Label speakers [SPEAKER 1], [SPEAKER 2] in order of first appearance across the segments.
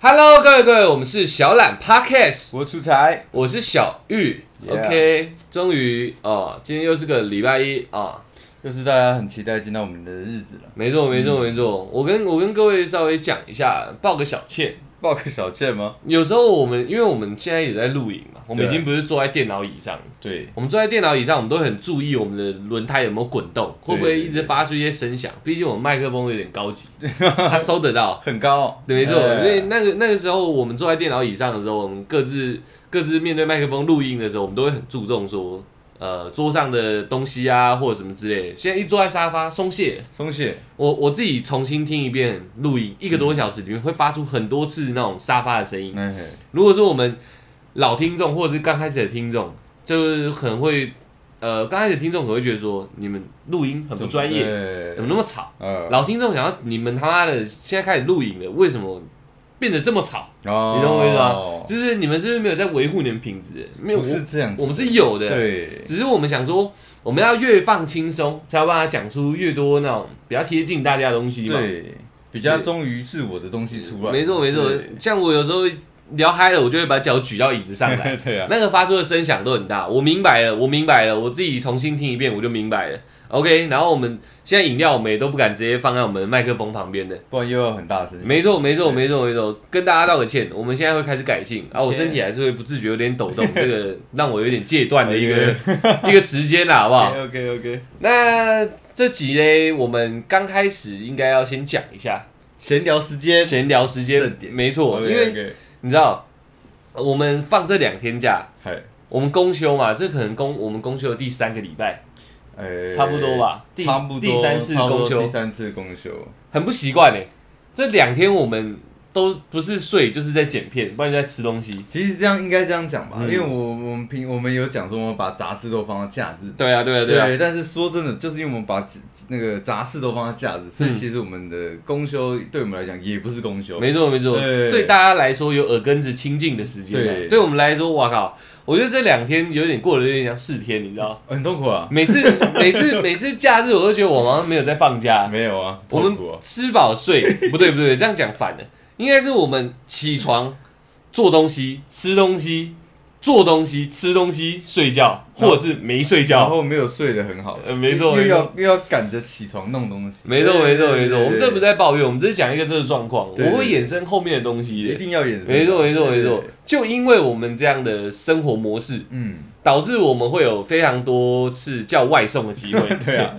[SPEAKER 1] Hello，各位各位，我们是小懒 Podcast，
[SPEAKER 2] 我出差，
[SPEAKER 1] 我是小玉。
[SPEAKER 2] Yeah
[SPEAKER 1] OK，终于哦，今天又是个礼拜一啊、哦
[SPEAKER 2] 又是大家很期待见到我们的日子了。
[SPEAKER 1] 没错没错
[SPEAKER 2] 嗯
[SPEAKER 1] 没错。我跟我跟各位稍微讲一下，报个小歉。
[SPEAKER 2] 报个小件吗？
[SPEAKER 1] 有时候我们因为我们现在也在录影嘛，我们已
[SPEAKER 2] 对
[SPEAKER 1] 经不是坐在电脑椅上，
[SPEAKER 2] 对，
[SPEAKER 1] 我们坐在电脑椅上，我们都会很注意我们的轮胎有没有滚动，会不会一直发出一些声响。毕竟我们麦克风有点高 级，它收得到。
[SPEAKER 2] 很高，
[SPEAKER 1] 对，没错。
[SPEAKER 2] 哎
[SPEAKER 1] 所以那个那个时候，我们坐在电脑椅上的时候，我们各自各自面对麦克风录音的时候，我们都会很注重说，呃，桌上的东西啊，或者什么之类的。现在一坐在沙发松懈，
[SPEAKER 2] 松懈，
[SPEAKER 1] 我我自己重新听一遍录音，一个多小时里面会发出很多次那种沙发的声音。
[SPEAKER 2] 哎嘿，
[SPEAKER 1] 如果说我们老听众或者是刚开始的听众，就是可能会，呃，刚开始的听众可能会觉得说，你们录音哎很不专业，
[SPEAKER 2] 对
[SPEAKER 1] 怎么那么吵？
[SPEAKER 2] 呃，
[SPEAKER 1] 老听众想要你们他妈的现在开始录影了，为什么变得这么吵？
[SPEAKER 2] 哦
[SPEAKER 1] 你懂我意思吗？就是你们是不是没有在维护你们品质？没有，
[SPEAKER 2] 不是这样子的，
[SPEAKER 1] 我我们是有的，
[SPEAKER 2] 对，
[SPEAKER 1] 只是我们想说，我们要越放轻松，才有办法讲出越多那种比较贴近大家的东西嘛。
[SPEAKER 2] 对，比较忠于自我的东西出来，
[SPEAKER 1] 没错没错， 像我有时候聊嗨了，我就会把脚举到椅子上来
[SPEAKER 2] 对，，对啊，
[SPEAKER 1] 那个发出的声响都很大。我明白了，我明白了，我自己重新听一遍我就明白了。OK，然后我们现在饮料我们也都不敢直接放在我们的麦克风旁边的。
[SPEAKER 2] 不然又要很大声，
[SPEAKER 1] 没错，没错，没错，没错，跟大家道个歉，我们现在会开始改进啊！我
[SPEAKER 2] OK
[SPEAKER 1] 身体还是会不自觉有点抖 动，这个让我有点戒断的一个 一个时间啦，好不好？
[SPEAKER 2] ，OK OK，
[SPEAKER 1] 那这集嘞，我们刚开始应该要先讲一下
[SPEAKER 2] 闲聊时间，
[SPEAKER 1] 闲聊时间
[SPEAKER 2] 正，点
[SPEAKER 1] 没错，因为你知道我们放这两天假，
[SPEAKER 2] 还，
[SPEAKER 1] 我们公休嘛，这可能公我们公休的第三个礼拜，
[SPEAKER 2] 哎
[SPEAKER 1] 差不多吧第
[SPEAKER 2] 差不多，
[SPEAKER 1] 第三次
[SPEAKER 2] 差不多
[SPEAKER 1] 公休
[SPEAKER 2] 第三次公休，
[SPEAKER 1] 很不习惯哎。这两天我们都不是睡，就是在剪片，不然就在吃东西。
[SPEAKER 2] 其实这样应该这样讲吧，
[SPEAKER 1] 嗯
[SPEAKER 2] 因为我我们平我们有讲说我们把杂事都放到假日，
[SPEAKER 1] 对啊，对啊，对啊。
[SPEAKER 2] 但是说真的，就是因为我们把几那个杂事都放在假
[SPEAKER 1] 嗯
[SPEAKER 2] 日，所以其实我们的公休对我们来讲也不是公休，
[SPEAKER 1] 没错没错，
[SPEAKER 2] 对
[SPEAKER 1] 对大家来说有耳根子清净的时间啊，
[SPEAKER 2] 对
[SPEAKER 1] 对我们来说，哇靠，我觉得这两天有点过得有点像四天，你知 道？
[SPEAKER 2] 很痛 苦啊，
[SPEAKER 1] 每次每次每次假日，我都觉得我好像没有在放 假，
[SPEAKER 2] 没有啊，
[SPEAKER 1] 我们
[SPEAKER 2] 痛苦啊，
[SPEAKER 1] 吃饱 睡，不对不对，这样讲反了，应该是我们起床做东西、吃东西、做东西、吃东西、睡觉，或者是没睡
[SPEAKER 2] 然
[SPEAKER 1] 觉。
[SPEAKER 2] 后没有睡得很好，
[SPEAKER 1] 呃，没错
[SPEAKER 2] 又
[SPEAKER 1] 没错
[SPEAKER 2] 要又要赶着起床弄东西，
[SPEAKER 1] 没错
[SPEAKER 2] 对
[SPEAKER 1] 没错没错，我们这不
[SPEAKER 2] 对
[SPEAKER 1] 在抱怨，我们这是讲一个这个状况，
[SPEAKER 2] 对对
[SPEAKER 1] 我会衍生后面的东西的
[SPEAKER 2] 一。定要演，
[SPEAKER 1] 没错，没错，没错
[SPEAKER 2] 对，。
[SPEAKER 1] 就因为我们这样的生活模式，
[SPEAKER 2] 嗯，
[SPEAKER 1] 导致我们会有非常多次叫外送的机会。
[SPEAKER 2] 对 啊，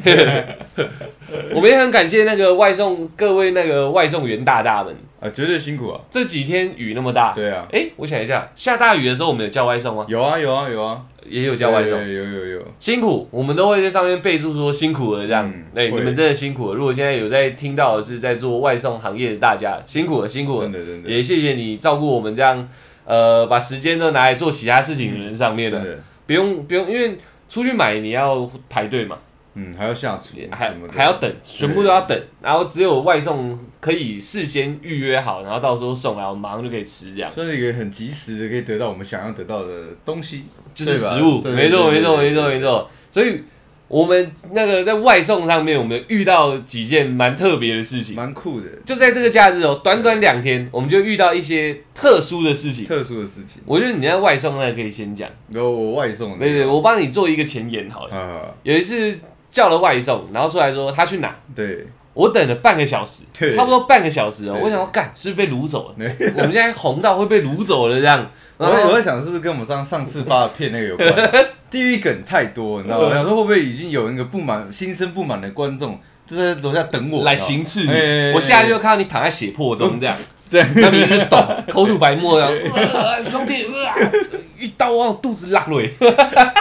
[SPEAKER 1] 我们也很感谢那个外送各位那个外送员大大们，
[SPEAKER 2] 啊，绝对辛苦啊，
[SPEAKER 1] 这几天雨那么大，
[SPEAKER 2] 对啊，
[SPEAKER 1] 哎，我想一下，下大雨的时候我们有叫外送吗？
[SPEAKER 2] 有啊有啊有啊，
[SPEAKER 1] 也有叫外
[SPEAKER 2] 对
[SPEAKER 1] 送。
[SPEAKER 2] 有有有，
[SPEAKER 1] 辛苦，我们都会在上面备注说辛苦了这样
[SPEAKER 2] 嗯。
[SPEAKER 1] 对，你
[SPEAKER 2] 会
[SPEAKER 1] 们真的辛苦了。如果现在有在听到的是在做外送行业的大家，辛苦了，辛苦了
[SPEAKER 2] 真。的真的
[SPEAKER 1] 也谢谢你照顾我们这样，呃，把时间都拿来做其他事情的人上面
[SPEAKER 2] 真
[SPEAKER 1] 了。
[SPEAKER 2] 的，
[SPEAKER 1] 不用不用，因为出去买你要排队嘛，
[SPEAKER 2] 嗯，还要下厨
[SPEAKER 1] 还
[SPEAKER 2] 什么的，
[SPEAKER 1] 还要等，全部都要等，然后只有外送可以事先预约好，然后到时候送来，我们马上就可以吃，这样
[SPEAKER 2] 算是一个很及时的可以得到我们想要得到的东西，
[SPEAKER 1] 就是
[SPEAKER 2] 对吧
[SPEAKER 1] 食物，
[SPEAKER 2] 对
[SPEAKER 1] 没错
[SPEAKER 2] 对
[SPEAKER 1] 没
[SPEAKER 2] 对
[SPEAKER 1] 错
[SPEAKER 2] 对
[SPEAKER 1] 没错没错，所以。我们那个在外送上面，我们遇到几件蛮特别的事情，
[SPEAKER 2] 蛮酷的，
[SPEAKER 1] 就在这个假日哦，短短两天，我们就遇到一些特殊的事情。
[SPEAKER 2] 特殊的事情。
[SPEAKER 1] 我觉得你在外送那个可以先讲，
[SPEAKER 2] 然后我外送的，
[SPEAKER 1] 对对，我帮你做一个前言好了。
[SPEAKER 2] 啊，
[SPEAKER 1] 有一次叫了外送，然后出来说他去哪，
[SPEAKER 2] 对，
[SPEAKER 1] 我等了半个小时，
[SPEAKER 2] 对
[SPEAKER 1] 差不多半个小时哦。
[SPEAKER 2] 对
[SPEAKER 1] 我想要干，是不是被掳走了？
[SPEAKER 2] 对
[SPEAKER 1] 我们现在红到会被掳走了这 样。
[SPEAKER 2] 我
[SPEAKER 1] 然
[SPEAKER 2] 在我
[SPEAKER 1] 后
[SPEAKER 2] 在想是不是跟我们上上次发的片那个 有关，地狱梗太多，
[SPEAKER 1] 嗯
[SPEAKER 2] 你知道吗？我想说会不会已经有那个不满、心生不满的观众就在楼下等我
[SPEAKER 1] 来，行刺
[SPEAKER 2] 哎哎哎
[SPEAKER 1] 你，我下去就看到你躺在血泊中这样，
[SPEAKER 2] 对
[SPEAKER 1] 他们一直抖，口吐白沫 然后呃兄弟，呃一刀往肚子拉累，
[SPEAKER 2] 你知道吗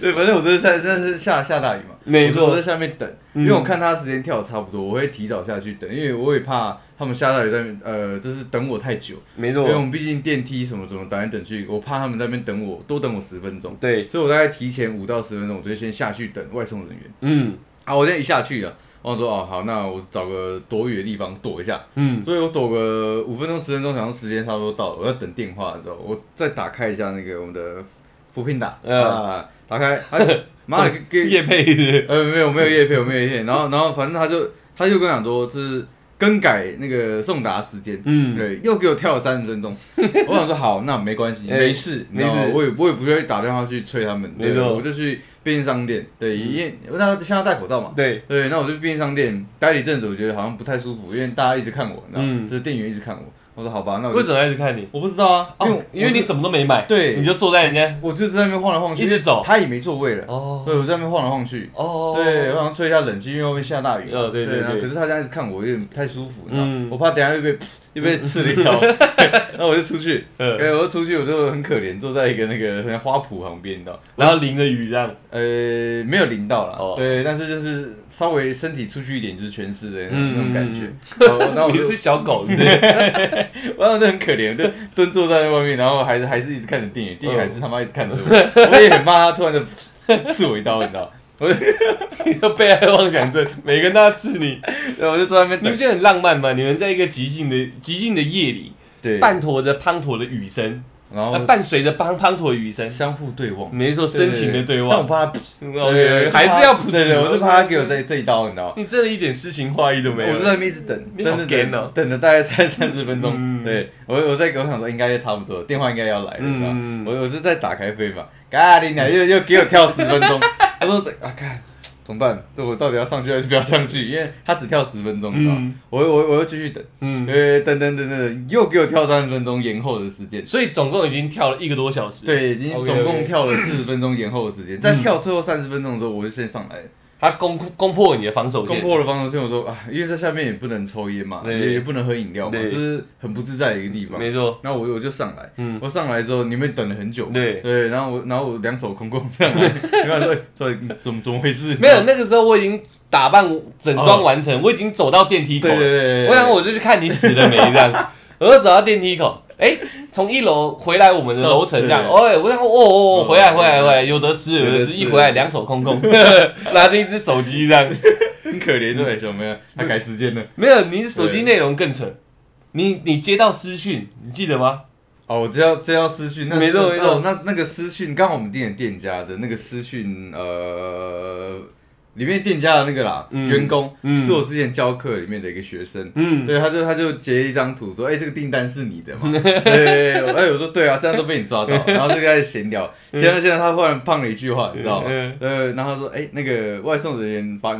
[SPEAKER 2] 对，反正我这是在那是下下大雨嘛，
[SPEAKER 1] 没错嗯
[SPEAKER 2] 我在下面等，因为我看他时间跳得差不多，我会提早下去等，因为我也怕他们下大雨在那边呃，就是等我太久，
[SPEAKER 1] 没
[SPEAKER 2] 因为我，们毕竟电梯什么什么等来等去，我怕他们在那边等我多等我十分钟，
[SPEAKER 1] 对，
[SPEAKER 2] 所以我大概提前五到十分钟，我就先下去等外送人员。
[SPEAKER 1] 嗯
[SPEAKER 2] 啊，我现在一下去了，我想说哦好，那我找个躲雨的地方躲一下，
[SPEAKER 1] 嗯，
[SPEAKER 2] 所以我躲个五分钟十分钟，想说时间差不多到了，我要等电话的时候，我再打开一下那个我们的扶贫打，
[SPEAKER 1] 嗯
[SPEAKER 2] 啊，打开，啊， 妈的给，给
[SPEAKER 1] 叶配是不是
[SPEAKER 2] 呃没有没有叶配，我没有叶配，然后然后反正他就他就跟我讲说，这是更改那个送达时间，
[SPEAKER 1] 嗯，
[SPEAKER 2] 对，又给我跳了三十 分钟。我想说好，那没关系，
[SPEAKER 1] 哎
[SPEAKER 2] 没事，
[SPEAKER 1] 没事
[SPEAKER 2] 然后我也我也不会打电话去催他们，对啊
[SPEAKER 1] 没错嗯
[SPEAKER 2] 我就去便利商店，对，因为那现在戴口罩嘛，
[SPEAKER 1] 对，
[SPEAKER 2] 对，那我去便利商店待了一阵子，我觉得好像不太舒服，因为大家一直看我，然后
[SPEAKER 1] 嗯
[SPEAKER 2] 就是店员一直看我，我说好吧，那我
[SPEAKER 1] 为
[SPEAKER 2] 就
[SPEAKER 1] 什么要一直看你？
[SPEAKER 2] 我不知道啊，因为
[SPEAKER 1] 哦
[SPEAKER 2] 我，
[SPEAKER 1] 因为你什么都没买，
[SPEAKER 2] 对
[SPEAKER 1] 你就坐在人家
[SPEAKER 2] 我就在那边晃来晃去，
[SPEAKER 1] 一直走
[SPEAKER 2] 他也没座位了，
[SPEAKER 1] 哦
[SPEAKER 2] 所以我在那边晃来晃去。
[SPEAKER 1] 哦，
[SPEAKER 2] 对，我想吹一下冷气，因为外面下大雨。
[SPEAKER 1] 哦对对
[SPEAKER 2] 然后
[SPEAKER 1] 对
[SPEAKER 2] 可是他这样一直看我，有点不太舒服，嗯
[SPEAKER 1] 嗯，
[SPEAKER 2] 我怕等一下又被噗又被刺了一 刀，然后我就出去，
[SPEAKER 1] 嗯，
[SPEAKER 2] 对，我就出去，我就很可怜，坐在一个那个很像花圃旁边，你知道，
[SPEAKER 1] 然后淋着雨这样，
[SPEAKER 2] 呃，没有淋到啦，
[SPEAKER 1] 哦
[SPEAKER 2] 对，但是就是稍微身体出去一点，就是全湿的那
[SPEAKER 1] 嗯
[SPEAKER 2] 种感觉。然后然后我
[SPEAKER 1] 你
[SPEAKER 2] 就是
[SPEAKER 1] 小狗是不是？
[SPEAKER 2] 我当时很可怜，我就蹲坐在外面，然后还是还是一直看着
[SPEAKER 1] 哦
[SPEAKER 2] 电影，电影还是他妈一直看着我，我也很怕他突然就刺我一刀，你知道？
[SPEAKER 1] 你 就被害妄想症，每个人都要刺你，
[SPEAKER 2] 然后我就坐在那边
[SPEAKER 1] 你不
[SPEAKER 2] 等，
[SPEAKER 1] 觉得很浪漫吗？你们在一个极静的极静的夜里，
[SPEAKER 2] 对，哦
[SPEAKER 1] 伴驮着滂沱的雨声，
[SPEAKER 2] 然后
[SPEAKER 1] 那伴随着滂滂沱的雨声，
[SPEAKER 2] 相互对望，
[SPEAKER 1] 没 错，深情的对
[SPEAKER 2] 但我
[SPEAKER 1] 望。
[SPEAKER 2] 怕他，
[SPEAKER 1] OK，还是要不
[SPEAKER 2] 对
[SPEAKER 1] 死
[SPEAKER 2] 对，，我就怕他给我这这一刀，你知道？
[SPEAKER 1] 你真的一点诗情画意都没有。
[SPEAKER 2] 我就在那边一直等，
[SPEAKER 1] 你好
[SPEAKER 2] 等等
[SPEAKER 1] gay
[SPEAKER 2] 等
[SPEAKER 1] 哦，
[SPEAKER 2] 等了大概三三十分钟。
[SPEAKER 1] 嗯
[SPEAKER 2] 对我，我在我想说应该差不多了，电话应该要来了，你知道
[SPEAKER 1] 嗯
[SPEAKER 2] 我我是在打开飞嘛，嘎你娘又又给我跳十分 钟，我说啊看怎么办？这我到底要上去还是不要上去？因为他只跳十分钟，你知道
[SPEAKER 1] 嗯
[SPEAKER 2] 我我我又继续等，
[SPEAKER 1] 嗯，
[SPEAKER 2] 呃等等等等等，又给我跳三十分钟延后的时间。
[SPEAKER 1] 所以总共已经跳了一个多小时。，
[SPEAKER 2] 对，已经
[SPEAKER 1] OK，OK
[SPEAKER 2] 总共跳了四十分钟延后的时间，在跳最后三十分钟的时候，我就先上来了，
[SPEAKER 1] 他攻攻破你的防守
[SPEAKER 2] 攻
[SPEAKER 1] 线。
[SPEAKER 2] 破了防守线，我说啊，因为在下面也不能抽烟嘛，
[SPEAKER 1] 对
[SPEAKER 2] 也也不能喝饮料嘛，
[SPEAKER 1] 对
[SPEAKER 2] 就是很不自在的一个地方。
[SPEAKER 1] 没错，
[SPEAKER 2] 然后我我就上来，
[SPEAKER 1] 嗯
[SPEAKER 2] 我上来之后你们等了很久嘛，
[SPEAKER 1] 对
[SPEAKER 2] 对，然后我然后我两手空空这 样来，然后说哎所以你怎么怎么回事？
[SPEAKER 1] 没 有那个时候我已经打扮整装完成，我已经走到电梯口
[SPEAKER 2] 对，对对
[SPEAKER 1] 了。
[SPEAKER 2] 对，对
[SPEAKER 1] 我想我就去看你死了没这 样，我就走到电梯口，哎，从一楼回来我们的楼层这样，
[SPEAKER 2] 对
[SPEAKER 1] 哦，我想哦哦哦，回来回来回来，有得吃有
[SPEAKER 2] 有
[SPEAKER 1] 得
[SPEAKER 2] 得
[SPEAKER 1] 吃，
[SPEAKER 2] 吃
[SPEAKER 1] 一回来两手空空， 拿着一只手机这样。
[SPEAKER 2] 很可怜对小妹啊，她改时间了。
[SPEAKER 1] 没有，你手机内容更扯。你你接到私讯，你记得吗？
[SPEAKER 2] 哦，我知道知道私讯，那
[SPEAKER 1] 没错没错
[SPEAKER 2] 哦那那个私讯，刚好我们店的店家的那个私讯，呃，里面店家的那个啦，
[SPEAKER 1] 嗯
[SPEAKER 2] 员工、
[SPEAKER 1] 嗯
[SPEAKER 2] 是我之前教课里面的一个学生。
[SPEAKER 1] 嗯，
[SPEAKER 2] 对，他就他就截一张图说，哎、这个订单是你的嘛？对 对对，对哎、我说对啊，这样都被你抓到，然后就开始闲聊。闲聊闲聊，他忽然胖了一句话，你知道吗？
[SPEAKER 1] 嗯
[SPEAKER 2] 呃，然后他说，哎、那个外送人员把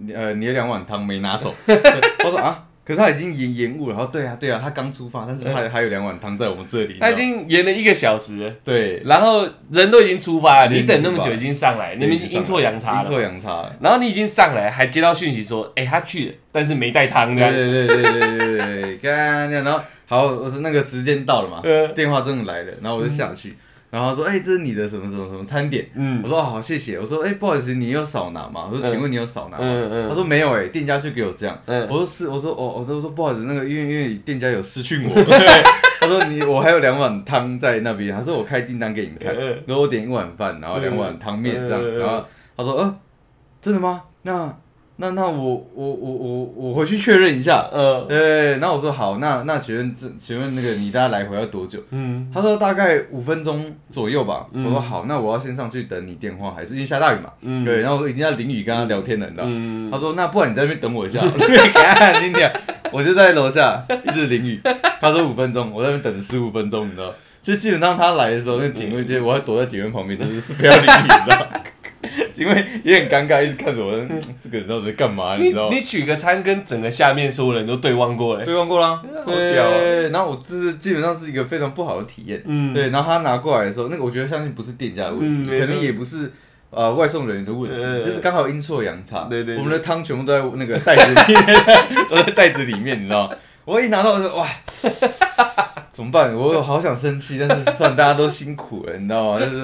[SPEAKER 2] 你呃你的两碗汤没拿走， 我说啊，可是他已经延延误了。然后对啊对啊，他刚出发，但是他还有两碗汤在我们这里。
[SPEAKER 1] 嗯他已经延了一个小时了，
[SPEAKER 2] 对，
[SPEAKER 1] 然后人都已经出发了，
[SPEAKER 2] 人已
[SPEAKER 1] 你
[SPEAKER 2] 经
[SPEAKER 1] 等那么
[SPEAKER 2] 出发
[SPEAKER 1] 久已经上来，你们已经阴错阳差
[SPEAKER 2] 阴错
[SPEAKER 1] 了。
[SPEAKER 2] 阳差了。
[SPEAKER 1] 然后你已经上来，还接到讯息说，哎，他去了，但是没带汤这
[SPEAKER 2] 对
[SPEAKER 1] 样。
[SPEAKER 2] 对对对对对对对，干然后好，我说那个时间到了嘛，
[SPEAKER 1] 嗯
[SPEAKER 2] 电话真的来了，然后我就下去，然后他说，哎、这是你的什么什么什么餐点。
[SPEAKER 1] 嗯
[SPEAKER 2] 我说哦好，谢谢。我说哎、不好意思，你有少拿吗？我说
[SPEAKER 1] 嗯
[SPEAKER 2] 请问你有少拿吗？
[SPEAKER 1] 嗯嗯
[SPEAKER 2] 他说没有哎、店家就给我这样。
[SPEAKER 1] 嗯
[SPEAKER 2] 我说是，我说哦，我说我说不好意思，那个因为因为店家有私讯 我， 对他说你我还有两碗汤在那边，他说我开订单给你们看，
[SPEAKER 1] 嗯
[SPEAKER 2] 然后我点一碗饭，然后两碗汤面这样，
[SPEAKER 1] 嗯
[SPEAKER 2] 然后他说嗯，真的吗？那那那我我我我我回去确认一下。
[SPEAKER 1] 呃
[SPEAKER 2] 对，那我说好，那那请问这请问那个你大概来回要多久？
[SPEAKER 1] 嗯
[SPEAKER 2] 他说大概五分钟左右吧。
[SPEAKER 1] 嗯
[SPEAKER 2] 我说好，那我要先上去等你电话，还是因为下大雨嘛？
[SPEAKER 1] 嗯
[SPEAKER 2] 对，然后我已经在淋雨跟他聊天了，你知道。
[SPEAKER 1] 嗯，
[SPEAKER 2] 他说：“那不然你在那边等我一下。”我说干你娘！我就在楼下一直淋雨。他说五分钟，我在那边等了十五分钟，你知道？就基本上他来的时候，那警卫就我还躲在警卫旁边，就是是不要淋雨，你知道？警卫也很尴尬，一直看着我，嗯这个人到底在干嘛？你
[SPEAKER 1] 你
[SPEAKER 2] 知道？
[SPEAKER 1] 你取个餐跟整个下面所有人都对望过嘞。
[SPEAKER 2] 对望过啦，
[SPEAKER 1] 好屌啊
[SPEAKER 2] 对，然后我就是基本上是一个非常不好的体验，
[SPEAKER 1] 嗯
[SPEAKER 2] 对，然后他拿过来的时候，那个我觉得相信不是店家的问
[SPEAKER 1] 嗯
[SPEAKER 2] 题，
[SPEAKER 1] 没
[SPEAKER 2] 可
[SPEAKER 1] 错
[SPEAKER 2] 能也不是呃外送人员的问
[SPEAKER 1] 嗯
[SPEAKER 2] 题，就是刚好阴错阳差，
[SPEAKER 1] 对对对
[SPEAKER 2] 我们的汤全部都在那个袋子里面， 都在袋子里面，你知道吗？我一拿到我就哇， 怎么办？我好想生气，但是算大家都辛苦了，你知道吗？就是，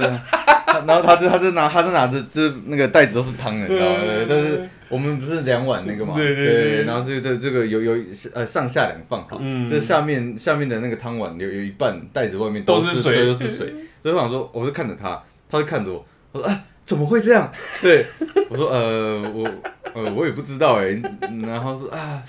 [SPEAKER 2] 他然后他就他就拿他就拿着这那个袋子都是汤的，你知道吗？
[SPEAKER 1] 对
[SPEAKER 2] 对但是我们不是两碗那个嘛，
[SPEAKER 1] 对对对
[SPEAKER 2] 然后这这这个有有呃上下两放好，
[SPEAKER 1] 嗯
[SPEAKER 2] 这下面下面的那个汤碗有有一半袋子外面
[SPEAKER 1] 都
[SPEAKER 2] 是
[SPEAKER 1] 是水
[SPEAKER 2] 对都是水，所以我想说，我就看着他，他就看着我，我说啊怎么会 这样？对，我说呃我呃我也不知道哎、 然后说啊。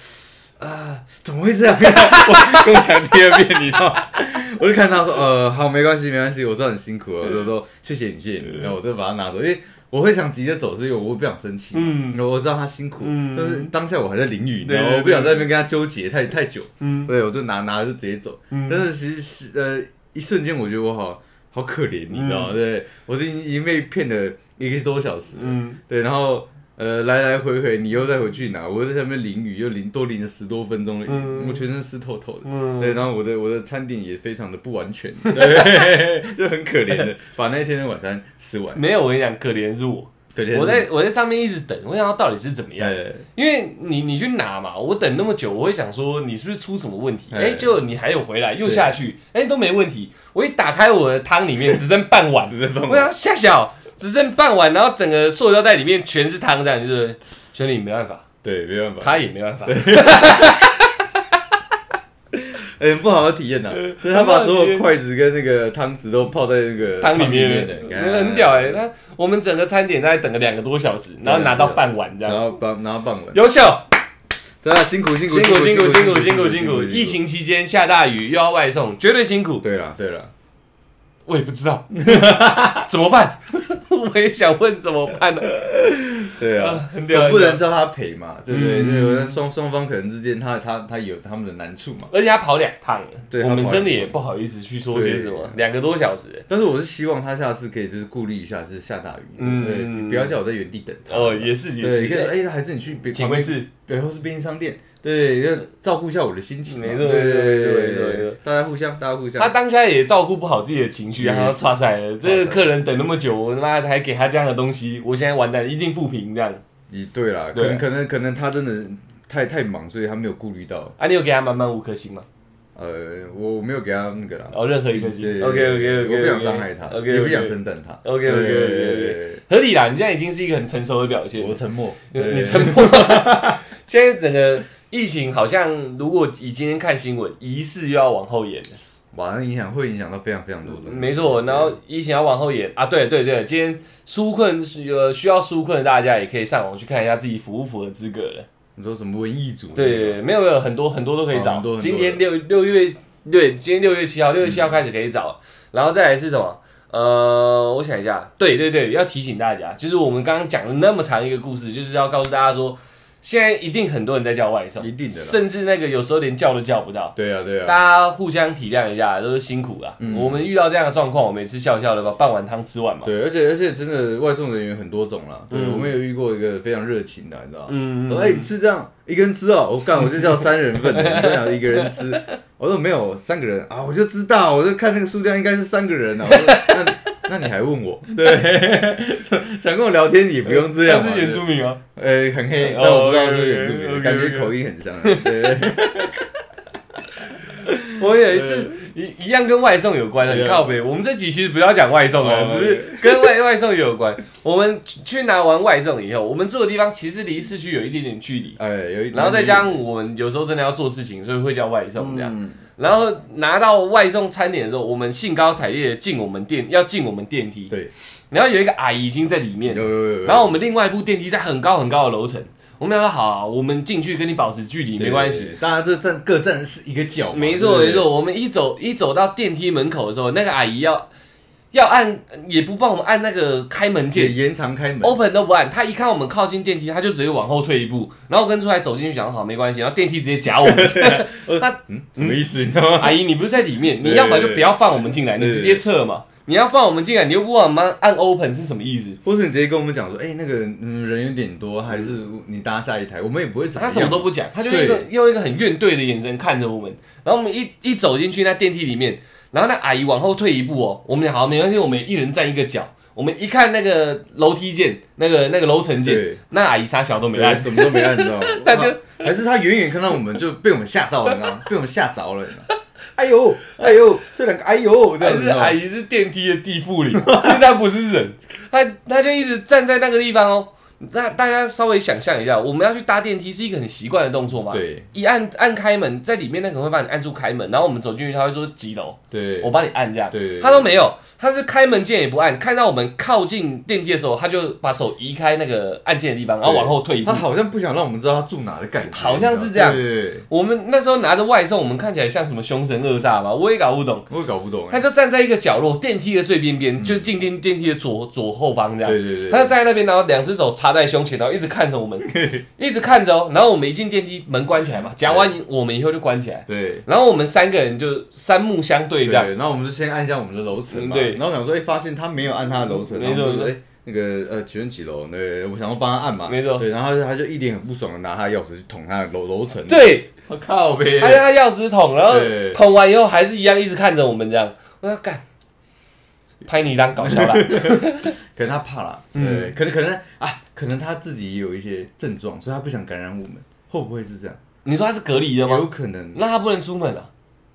[SPEAKER 2] 啊，怎么会这样？ 我跟我讲第二遍，你知道吗？ 我
[SPEAKER 1] 嗯
[SPEAKER 2] 就看他说，呃，好，没关系，没关系，我知道很辛苦了，我就说谢谢你，谢谢你，然后我就把它拿走，因为我会想急着走，是因为我不想生气。
[SPEAKER 1] 嗯
[SPEAKER 2] 我知道他辛苦，
[SPEAKER 1] 嗯
[SPEAKER 2] 但是当下我还在淋雨，你知道吗
[SPEAKER 1] 对对对
[SPEAKER 2] 我不想在那边跟他纠结太太久。
[SPEAKER 1] 嗯
[SPEAKER 2] 对，我就拿拿了就直接走。
[SPEAKER 1] 嗯
[SPEAKER 2] 但是其实是呃，一瞬间我觉得我好好可怜，你知道吗？
[SPEAKER 1] 嗯
[SPEAKER 2] 对我已经已经被骗了一个多小时了。
[SPEAKER 1] 嗯，
[SPEAKER 2] 对，然后呃来来回回，你又再回去拿，我又在下面淋雨，又淋多淋了十多分钟的雨，
[SPEAKER 1] 嗯
[SPEAKER 2] 我全身湿透透的。
[SPEAKER 1] 嗯
[SPEAKER 2] 对，然后我的我的餐点也非常的不完全，对，就很可怜的把那一天的晚餐吃完。
[SPEAKER 1] 没有，我跟你讲，可怜是我，
[SPEAKER 2] 可怜的
[SPEAKER 1] 我在我在上面一直等，我想到到底是怎么样，
[SPEAKER 2] 对
[SPEAKER 1] 因为你你去拿嘛，我等那么久，我会想说你是不是出什么问题？
[SPEAKER 2] 哎
[SPEAKER 1] 哎，结果你还有回来，又下去，哎都没问题，我一打开我的汤里面只剩半碗，
[SPEAKER 2] 只是放
[SPEAKER 1] 我想吓小，只剩半碗，然后整个塑料袋里面全是汤，这样就是兄弟没办法，
[SPEAKER 2] 对，没办法，
[SPEAKER 1] 他也没办法，
[SPEAKER 2] 哎，不好的体验呐，
[SPEAKER 1] 呃
[SPEAKER 2] 就是他把所有筷子跟那个汤匙都泡在那个
[SPEAKER 1] 汤里
[SPEAKER 2] 里
[SPEAKER 1] 面
[SPEAKER 2] 的，
[SPEAKER 1] 那个很屌哎、欸！他我们整个餐点大概等了两个多小时，然后拿到半碗这
[SPEAKER 2] 然
[SPEAKER 1] 样，
[SPEAKER 2] 后帮然后傍晚，
[SPEAKER 1] 优秀，
[SPEAKER 2] 对啊，辛苦辛苦
[SPEAKER 1] 辛苦啊辛苦辛苦辛苦辛
[SPEAKER 2] 辛
[SPEAKER 1] 苦！疫，情期间下大雨又要外送，绝对辛苦。
[SPEAKER 2] 对啦对啦，
[SPEAKER 1] 我也不知道 怎么办， 我也想问怎么办啊呢？
[SPEAKER 2] 对
[SPEAKER 1] 啊
[SPEAKER 2] 啊，
[SPEAKER 1] 很屌
[SPEAKER 2] 总
[SPEAKER 1] 很
[SPEAKER 2] 不
[SPEAKER 1] 屌
[SPEAKER 2] 能叫他赔嘛，对不对？
[SPEAKER 1] 嗯
[SPEAKER 2] 对，我在双双方可能之间，他他他有他们的难处嘛。
[SPEAKER 1] 而且他跑两趟了，
[SPEAKER 2] 对
[SPEAKER 1] 我
[SPEAKER 2] 他跑
[SPEAKER 1] 们
[SPEAKER 2] 两
[SPEAKER 1] 真的也
[SPEAKER 2] 趟
[SPEAKER 1] 不好意思去说些
[SPEAKER 2] 对
[SPEAKER 1] 什么，两个多小时。
[SPEAKER 2] 但是我是希望他下次可以就是顾虑一下，是下大雨，
[SPEAKER 1] 嗯
[SPEAKER 2] 对，不要叫我在原地等他。
[SPEAKER 1] 哦，也是也
[SPEAKER 2] 对，你可以说
[SPEAKER 1] 是，
[SPEAKER 2] 哎，还是你去别
[SPEAKER 1] 请问是
[SPEAKER 2] 对，或是便利商店，对，要照顾一下我的心情嘛。
[SPEAKER 1] 没错
[SPEAKER 2] 对对
[SPEAKER 1] 没
[SPEAKER 2] 对
[SPEAKER 1] 错
[SPEAKER 2] 对
[SPEAKER 1] 没错
[SPEAKER 2] 对
[SPEAKER 1] 没
[SPEAKER 2] 对
[SPEAKER 1] 错，
[SPEAKER 2] 大家互相，大家互相。
[SPEAKER 1] 他当下也照顾不好自己的情绪，
[SPEAKER 2] 也
[SPEAKER 1] 还要
[SPEAKER 2] 是
[SPEAKER 1] 刷彩了。这个
[SPEAKER 2] 哇塞
[SPEAKER 1] 客人等那么久，我他妈还给他这样的东西，我现在完蛋，一定不平这样。
[SPEAKER 2] 也对啦，可
[SPEAKER 1] 对
[SPEAKER 2] 能可能可能他真的是太太忙，所以他没有顾虑到。
[SPEAKER 1] 啊，你有给他满满五颗星吗？
[SPEAKER 2] 呃，我我没有给他那个啦。
[SPEAKER 1] 哦，任何一颗
[SPEAKER 2] 对
[SPEAKER 1] 星。OK OK OK，
[SPEAKER 2] 我不想伤害他
[SPEAKER 1] OK，
[SPEAKER 2] 也不想称赞他。
[SPEAKER 1] OK，OK，OK，OK
[SPEAKER 2] 对对对对
[SPEAKER 1] 合理啦，你现在已经是一个很成熟的表
[SPEAKER 2] 对
[SPEAKER 1] 现。
[SPEAKER 2] 我沉默，对
[SPEAKER 1] 你沉默。 现在整个疫情好像，如果以今天看新闻，疑似又要往后延了。
[SPEAKER 2] 哇，那影响会影响到非常非常多的。
[SPEAKER 1] 没错，然后疫情要往后延啊，对对对，今天纾困呃需要纾困的大家也可以上网去看一下自己符不符合资格了。
[SPEAKER 2] 你说什么文艺组？
[SPEAKER 1] 对对，对没有没有很多很多都可以
[SPEAKER 2] 哦
[SPEAKER 1] 找
[SPEAKER 2] 很多。很多嗯
[SPEAKER 1] 今天六六月对，今天六月七号，六月七号开始可以找，然后再来是什么？呃，我想一下，对对对，要提醒大家，就是我们刚刚讲了那么长一个故事，就是要告诉大家说，现在一定很多人在叫外送，
[SPEAKER 2] 一定的啦
[SPEAKER 1] 甚至那个有时候连叫都叫不到。
[SPEAKER 2] 对啊对
[SPEAKER 1] 大
[SPEAKER 2] 啊，
[SPEAKER 1] 家互相体谅一下，都是辛苦啦。我们遇到这样的状况，我们也是笑笑的把半碗汤吃完嘛。
[SPEAKER 2] 对，而且而且真的外送人员很多种啦。对，
[SPEAKER 1] 嗯
[SPEAKER 2] 我们有遇过一个非常热情的，你知道吗？
[SPEAKER 1] 嗯，
[SPEAKER 2] 我说哎，你吃这样一个人吃哦，我干我就叫三人 份的，你不想一个人吃？我说没有三个人啊，我就知道，我就看那个数量应该是三个人啊。我说那那你还问 我？对， 想跟我聊天也不用这样
[SPEAKER 1] 他
[SPEAKER 2] 嘛。
[SPEAKER 1] 是原住民啊，
[SPEAKER 2] 呃、很黑，
[SPEAKER 1] 哦
[SPEAKER 2] 但我不知道是不是原住民
[SPEAKER 1] OK，OK，OK，OK
[SPEAKER 2] 感觉口音很像。啊对，
[SPEAKER 1] 我有一次一一样跟外送有关的，很
[SPEAKER 2] 对啊
[SPEAKER 1] 靠北。我们这集其实不要讲外送了，
[SPEAKER 2] 哦
[SPEAKER 1] 只是跟外 外送有关。我们去去拿完外送以后，我们住的地方其实离市区有一点点距离，
[SPEAKER 2] 哎，有一，
[SPEAKER 1] 然后再加上我们有时候真的要做事情，所以会叫外送这样。
[SPEAKER 2] 嗯，
[SPEAKER 1] 然后拿到外送餐点的时候，我们兴高采烈的进我们电，要进我们电梯，
[SPEAKER 2] 对，
[SPEAKER 1] 然后有一个阿姨已经在里面
[SPEAKER 2] 有，有有有。
[SPEAKER 1] 然后我们另外一部电梯在很高很高的楼层。我们想说好、我们进去跟你保持距离没关系
[SPEAKER 2] 对，，当然这站各站是一个角嘛，
[SPEAKER 1] 没错
[SPEAKER 2] 对
[SPEAKER 1] 没。错，我们一走一走到电梯门口的时候，那个阿姨要要按，也不帮我们按那个开门
[SPEAKER 2] 也
[SPEAKER 1] 键
[SPEAKER 2] 延长开门，
[SPEAKER 1] ，open 都不按。她一看我们靠近电梯，她就直接往后退一步，然后我跟出来走进去，想好没关系，然后电梯直接夹我 们。
[SPEAKER 2] 嗯，什么意思？你知道吗？
[SPEAKER 1] 阿姨，你不是在里面，
[SPEAKER 2] 对
[SPEAKER 1] 你要么就不要放我们进来，你
[SPEAKER 2] 对
[SPEAKER 1] 直接撤嘛。你要放我们进来，你又不帮我们按 open 是什么意思？
[SPEAKER 2] 或是你直接跟我们讲说，哎、那个嗯人有点多，还是你搭下一台，我们也不会怎么
[SPEAKER 1] 她
[SPEAKER 2] 样。
[SPEAKER 1] 什么都不讲，她就一个
[SPEAKER 2] 对
[SPEAKER 1] 用一个很怨怼的眼神看着我们。然后我们一一走进去那电梯里面，然后那阿姨往后退一步哦，我们俩好没关系，我们一人站一个角。我们一看那个楼梯间，那个那个楼层间
[SPEAKER 2] 对，
[SPEAKER 1] 那阿姨啥小都没
[SPEAKER 2] 对，
[SPEAKER 1] 按。
[SPEAKER 2] 什么都没按，你知 道吗？
[SPEAKER 1] 他就
[SPEAKER 2] 哇还是他远远看到我们就被我们吓到了，你知道 吗？被我们吓着了，你知道吗？哎呦，哎呦，这两个哎呦，这
[SPEAKER 1] 还
[SPEAKER 2] 样子，
[SPEAKER 1] 是阿
[SPEAKER 2] 姨，
[SPEAKER 1] 姨是电梯的地缚灵，所以她不是人，她她就一直站在那个地方哦。那大家稍微想象一下，我们要去搭电梯是一个很习惯的动作嘛？，
[SPEAKER 2] 对
[SPEAKER 1] 一按按开门，在里面那可能会帮你按住开门，然后我们走进去，他会说几楼，
[SPEAKER 2] 对，
[SPEAKER 1] 我帮你按这样。
[SPEAKER 2] 对
[SPEAKER 1] 他都没有，他是开门键也不按，看到我们靠近电梯的时候，他就把手移开那个按键的地方，然后往后退一步
[SPEAKER 2] 他。好像不想让我们知道他住哪的感觉，
[SPEAKER 1] 好像是这样
[SPEAKER 2] 对，
[SPEAKER 1] 我们那时候拿着外送，我们看起来像什么凶神恶煞吧，我也搞不懂。嗯
[SPEAKER 2] 我也搞不懂
[SPEAKER 1] 他
[SPEAKER 2] 哎。
[SPEAKER 1] 就站在一个角落，电梯的最边边，就是进电电梯的左左后方这样。
[SPEAKER 2] 对对对，
[SPEAKER 1] 他就站在那边，然后两只手插在胸前，然后一直看着我 们，一直看着哦。然后我们一进电梯，门关起来嘛，夹完我们以后就关起来。
[SPEAKER 2] 对
[SPEAKER 1] 然后我们三个人就三目相对
[SPEAKER 2] 对，
[SPEAKER 1] 这样，
[SPEAKER 2] 然后我们就先按一下我们的楼层
[SPEAKER 1] 嗯
[SPEAKER 2] 嘛，
[SPEAKER 1] 对
[SPEAKER 2] 然后想说，哎，发现他没有按他的楼层，
[SPEAKER 1] 没
[SPEAKER 2] 然
[SPEAKER 1] 错
[SPEAKER 2] 后我们就说，哎，那个呃，请问几楼？对，我想要帮他按嘛，
[SPEAKER 1] 没错
[SPEAKER 2] 对，然后他就他就一脸很不爽的拿他的钥匙去捅他的楼楼层，，
[SPEAKER 1] 对，哎
[SPEAKER 2] 我靠呗，
[SPEAKER 1] 他用他钥匙捅，然后
[SPEAKER 2] 对
[SPEAKER 1] 捅完以后还是一样一直看着我们这样。我要干，拍你当搞笑 啦。
[SPEAKER 2] 可能他怕啦，
[SPEAKER 1] 嗯
[SPEAKER 2] 对，可能可能啊，可能他自己也有一些症状，所以他不想感染我们，会不会是这样？
[SPEAKER 1] 你说他是隔离的吗？
[SPEAKER 2] 有可能，
[SPEAKER 1] 那他不能出门啊。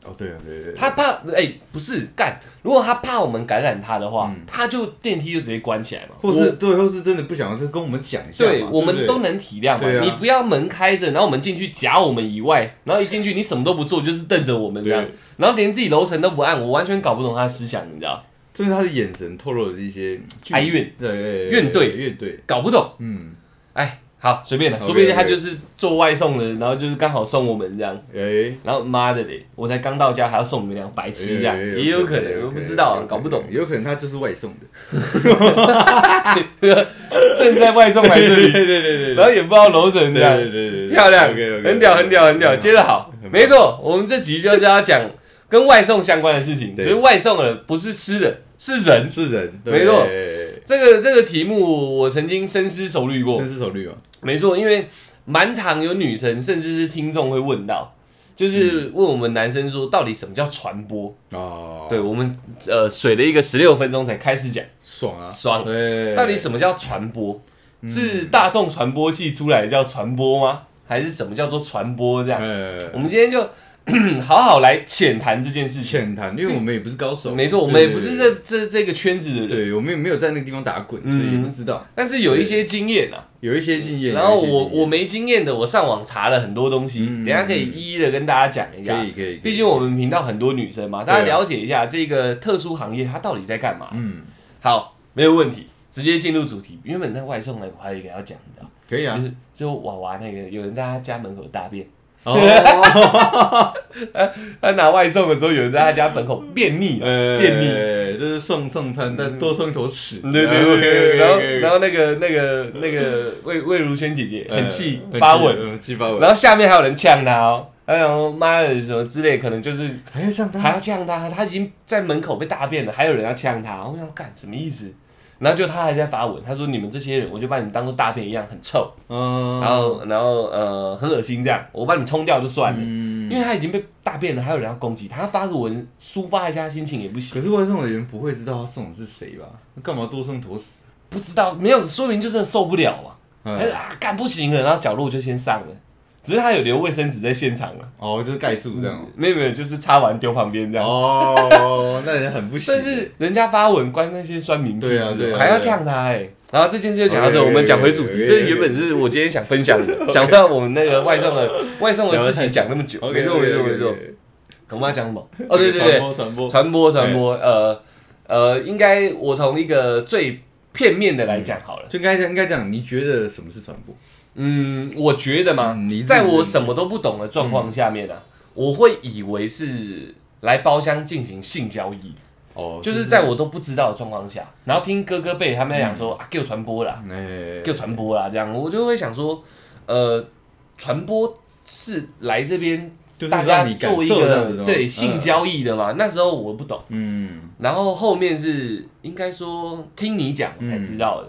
[SPEAKER 2] 哦，对啊，对对对，
[SPEAKER 1] 他怕哎、不是干，如果他怕我们感染他的话，
[SPEAKER 2] 嗯
[SPEAKER 1] 他就电梯就直接关起来嘛。
[SPEAKER 2] 或
[SPEAKER 1] 我
[SPEAKER 2] 是对，或是真的不想，是跟我们讲一下嘛，
[SPEAKER 1] 对，我
[SPEAKER 2] 不
[SPEAKER 1] 们
[SPEAKER 2] 对
[SPEAKER 1] 都能体谅嘛。
[SPEAKER 2] 对啊
[SPEAKER 1] 你不要门开着，然后我们进去夹我们以外，然后一进去你什么都不做，就是瞪着我们这样
[SPEAKER 2] 对，
[SPEAKER 1] 然后连自己楼层都不按，我完全搞不懂他的思想，你知道？
[SPEAKER 2] 就是他的眼神透露了一些嗯距
[SPEAKER 1] 哀怨，
[SPEAKER 2] 对哎对，对
[SPEAKER 1] 怨怼
[SPEAKER 2] 怨怼，
[SPEAKER 1] 搞不懂。
[SPEAKER 2] 嗯，
[SPEAKER 1] 哎，好，随便了，
[SPEAKER 2] OK，
[SPEAKER 1] 说不定他
[SPEAKER 2] OK
[SPEAKER 1] 就是做外送的，然后就是刚好送我们这样。
[SPEAKER 2] 哎，
[SPEAKER 1] 然后妈的嘞，我才刚到家还要送你们俩白痴这样，
[SPEAKER 2] 哎哎哎
[SPEAKER 1] 也有可能，我不知道，搞不懂。
[SPEAKER 2] 有可能他就是外送的，
[SPEAKER 1] 正在外送来这里， 对对对然后也不知道楼层这样。
[SPEAKER 2] 对对
[SPEAKER 1] 漂亮
[SPEAKER 2] OK，OK，
[SPEAKER 1] 很屌，很屌，很屌。接着好，
[SPEAKER 2] 很棒
[SPEAKER 1] 没错，我们这集就是要讲跟外送相关的事情。所
[SPEAKER 2] 对
[SPEAKER 1] 以外送的不是吃的，是人。
[SPEAKER 2] 是人，对
[SPEAKER 1] 没错，
[SPEAKER 2] 对
[SPEAKER 1] 这个这个题目我曾经深思熟虑过
[SPEAKER 2] 深，思熟虑嘛，
[SPEAKER 1] 没错，因为蛮常有女生甚至是听众会问到，就是
[SPEAKER 2] 嗯
[SPEAKER 1] 问我们男生说到底什么叫传播？
[SPEAKER 2] 哦，
[SPEAKER 1] 对，我们呃水了一个十六分钟才开始讲，
[SPEAKER 2] 爽啊，
[SPEAKER 1] 爽
[SPEAKER 2] 对，
[SPEAKER 1] 到底什么叫传播？是大众传播系出来叫传播吗？还是什么叫做传播这样？我
[SPEAKER 2] 呃，
[SPEAKER 1] 们今天就 好好来浅谈这件事情。
[SPEAKER 2] 浅谈，因为我们也不是高手，
[SPEAKER 1] 没错，我们也不是这这这个圈子的人，
[SPEAKER 2] 对，我们也没有在那个地方打滚，所
[SPEAKER 1] 嗯
[SPEAKER 2] 以也不知道。
[SPEAKER 1] 但是有一些经验啊。
[SPEAKER 2] 有一些经验，
[SPEAKER 1] 然后
[SPEAKER 2] 有一些
[SPEAKER 1] 我
[SPEAKER 2] 经验
[SPEAKER 1] 我没经验的，我上网查了很多东西，等
[SPEAKER 2] 嗯
[SPEAKER 1] 一下可以一一的跟大家讲一
[SPEAKER 2] 可
[SPEAKER 1] 下
[SPEAKER 2] 以。可以，可以
[SPEAKER 1] 毕竟我们频道很多女生嘛，大家
[SPEAKER 2] 对啊
[SPEAKER 1] 了解一下这个特殊行业它到底在干嘛。
[SPEAKER 2] 嗯
[SPEAKER 1] 好，没有问题，直接进入主题。原本那外送那个我还有一个要讲的，
[SPEAKER 2] 可以啊
[SPEAKER 1] 就，是就娃娃那个，有人在他家门口大便，
[SPEAKER 2] 哦，
[SPEAKER 1] 他拿外送的时候，有人在他家门口便秘了，便秘。
[SPEAKER 2] 秘，就是送送餐，但多送一坨屎，
[SPEAKER 1] 对对对对，然后然
[SPEAKER 2] 后
[SPEAKER 1] 后那个那个那个魏魏如萱姐姐很气发
[SPEAKER 2] 八
[SPEAKER 1] 文，，
[SPEAKER 2] 嗯气发文，
[SPEAKER 1] 然后下面还有人呛她哦，哎呦妈的什么之类，可能就是
[SPEAKER 2] 还要像
[SPEAKER 1] 还
[SPEAKER 2] 他，
[SPEAKER 1] 要呛她，她已经在门口被大便了，还有人要呛她，我想干什么意思？然后就她还在发文，她说你们这些人，我就把你们当做大便一样，很臭，
[SPEAKER 2] 嗯，
[SPEAKER 1] 然后然后呃很恶心这样，我把你们冲掉就算了，
[SPEAKER 2] 嗯，
[SPEAKER 1] 因为她已经被大便了，还有人要攻击她，她发个文抒发一下心情也不行。
[SPEAKER 2] 可是外送的人不会知道他送的是谁吧？那干嘛多送坨屎？
[SPEAKER 1] 不知道，没有说明就真的受不了嘛。
[SPEAKER 2] 嗯
[SPEAKER 1] 他就啊，干不行了，然后角落就先上了。只是他有留卫生纸在现场了，
[SPEAKER 2] 哦，就是盖住这样。
[SPEAKER 1] 没有没有，就是擦完丢旁边这样。
[SPEAKER 2] 哦，那人很不行。
[SPEAKER 1] 但是人家发文关那些酸民屁
[SPEAKER 2] 对啊
[SPEAKER 1] 事
[SPEAKER 2] 对
[SPEAKER 1] 哦，
[SPEAKER 2] 啊
[SPEAKER 1] 还要
[SPEAKER 2] 对啊
[SPEAKER 1] 呛他哎。然后这件事就讲到这，
[SPEAKER 2] OK，OK，
[SPEAKER 1] 我们讲回主题。
[SPEAKER 2] OK，OK，OK
[SPEAKER 1] 这原本是我今天想分享 的，想不到我们那个外送的外送的事情讲那么久。
[SPEAKER 2] OK，OK，OK，
[SPEAKER 1] 没错没错没错。我们要讲什么？哦对对
[SPEAKER 2] 传
[SPEAKER 1] 对，
[SPEAKER 2] 播传播，
[SPEAKER 1] 传播传播，呃呃，应该我从一个最片面的来讲好了。
[SPEAKER 2] 就应该应该讲，你觉得什么是传播？
[SPEAKER 1] 嗯，我觉得嘛，
[SPEAKER 2] 嗯你自己
[SPEAKER 1] 在我什么都不懂的状况下面啊，我会以为是来包厢进行性交易，
[SPEAKER 2] 哦，
[SPEAKER 1] 就是在我都不知道的状况下，然后听哥哥辈他们在讲说、啊，给我传播啦，
[SPEAKER 2] 哎，
[SPEAKER 1] 给我传播啦，这样我就会想说，呃，传播是来这边
[SPEAKER 2] 就是
[SPEAKER 1] 大家
[SPEAKER 2] 让你感
[SPEAKER 1] 做一
[SPEAKER 2] 受这样子
[SPEAKER 1] 个
[SPEAKER 2] 的
[SPEAKER 1] 对性，交易的嘛，那时候我不懂，
[SPEAKER 2] 嗯，
[SPEAKER 1] 然后后面是应该说听你讲我才
[SPEAKER 2] 嗯
[SPEAKER 1] 知道的，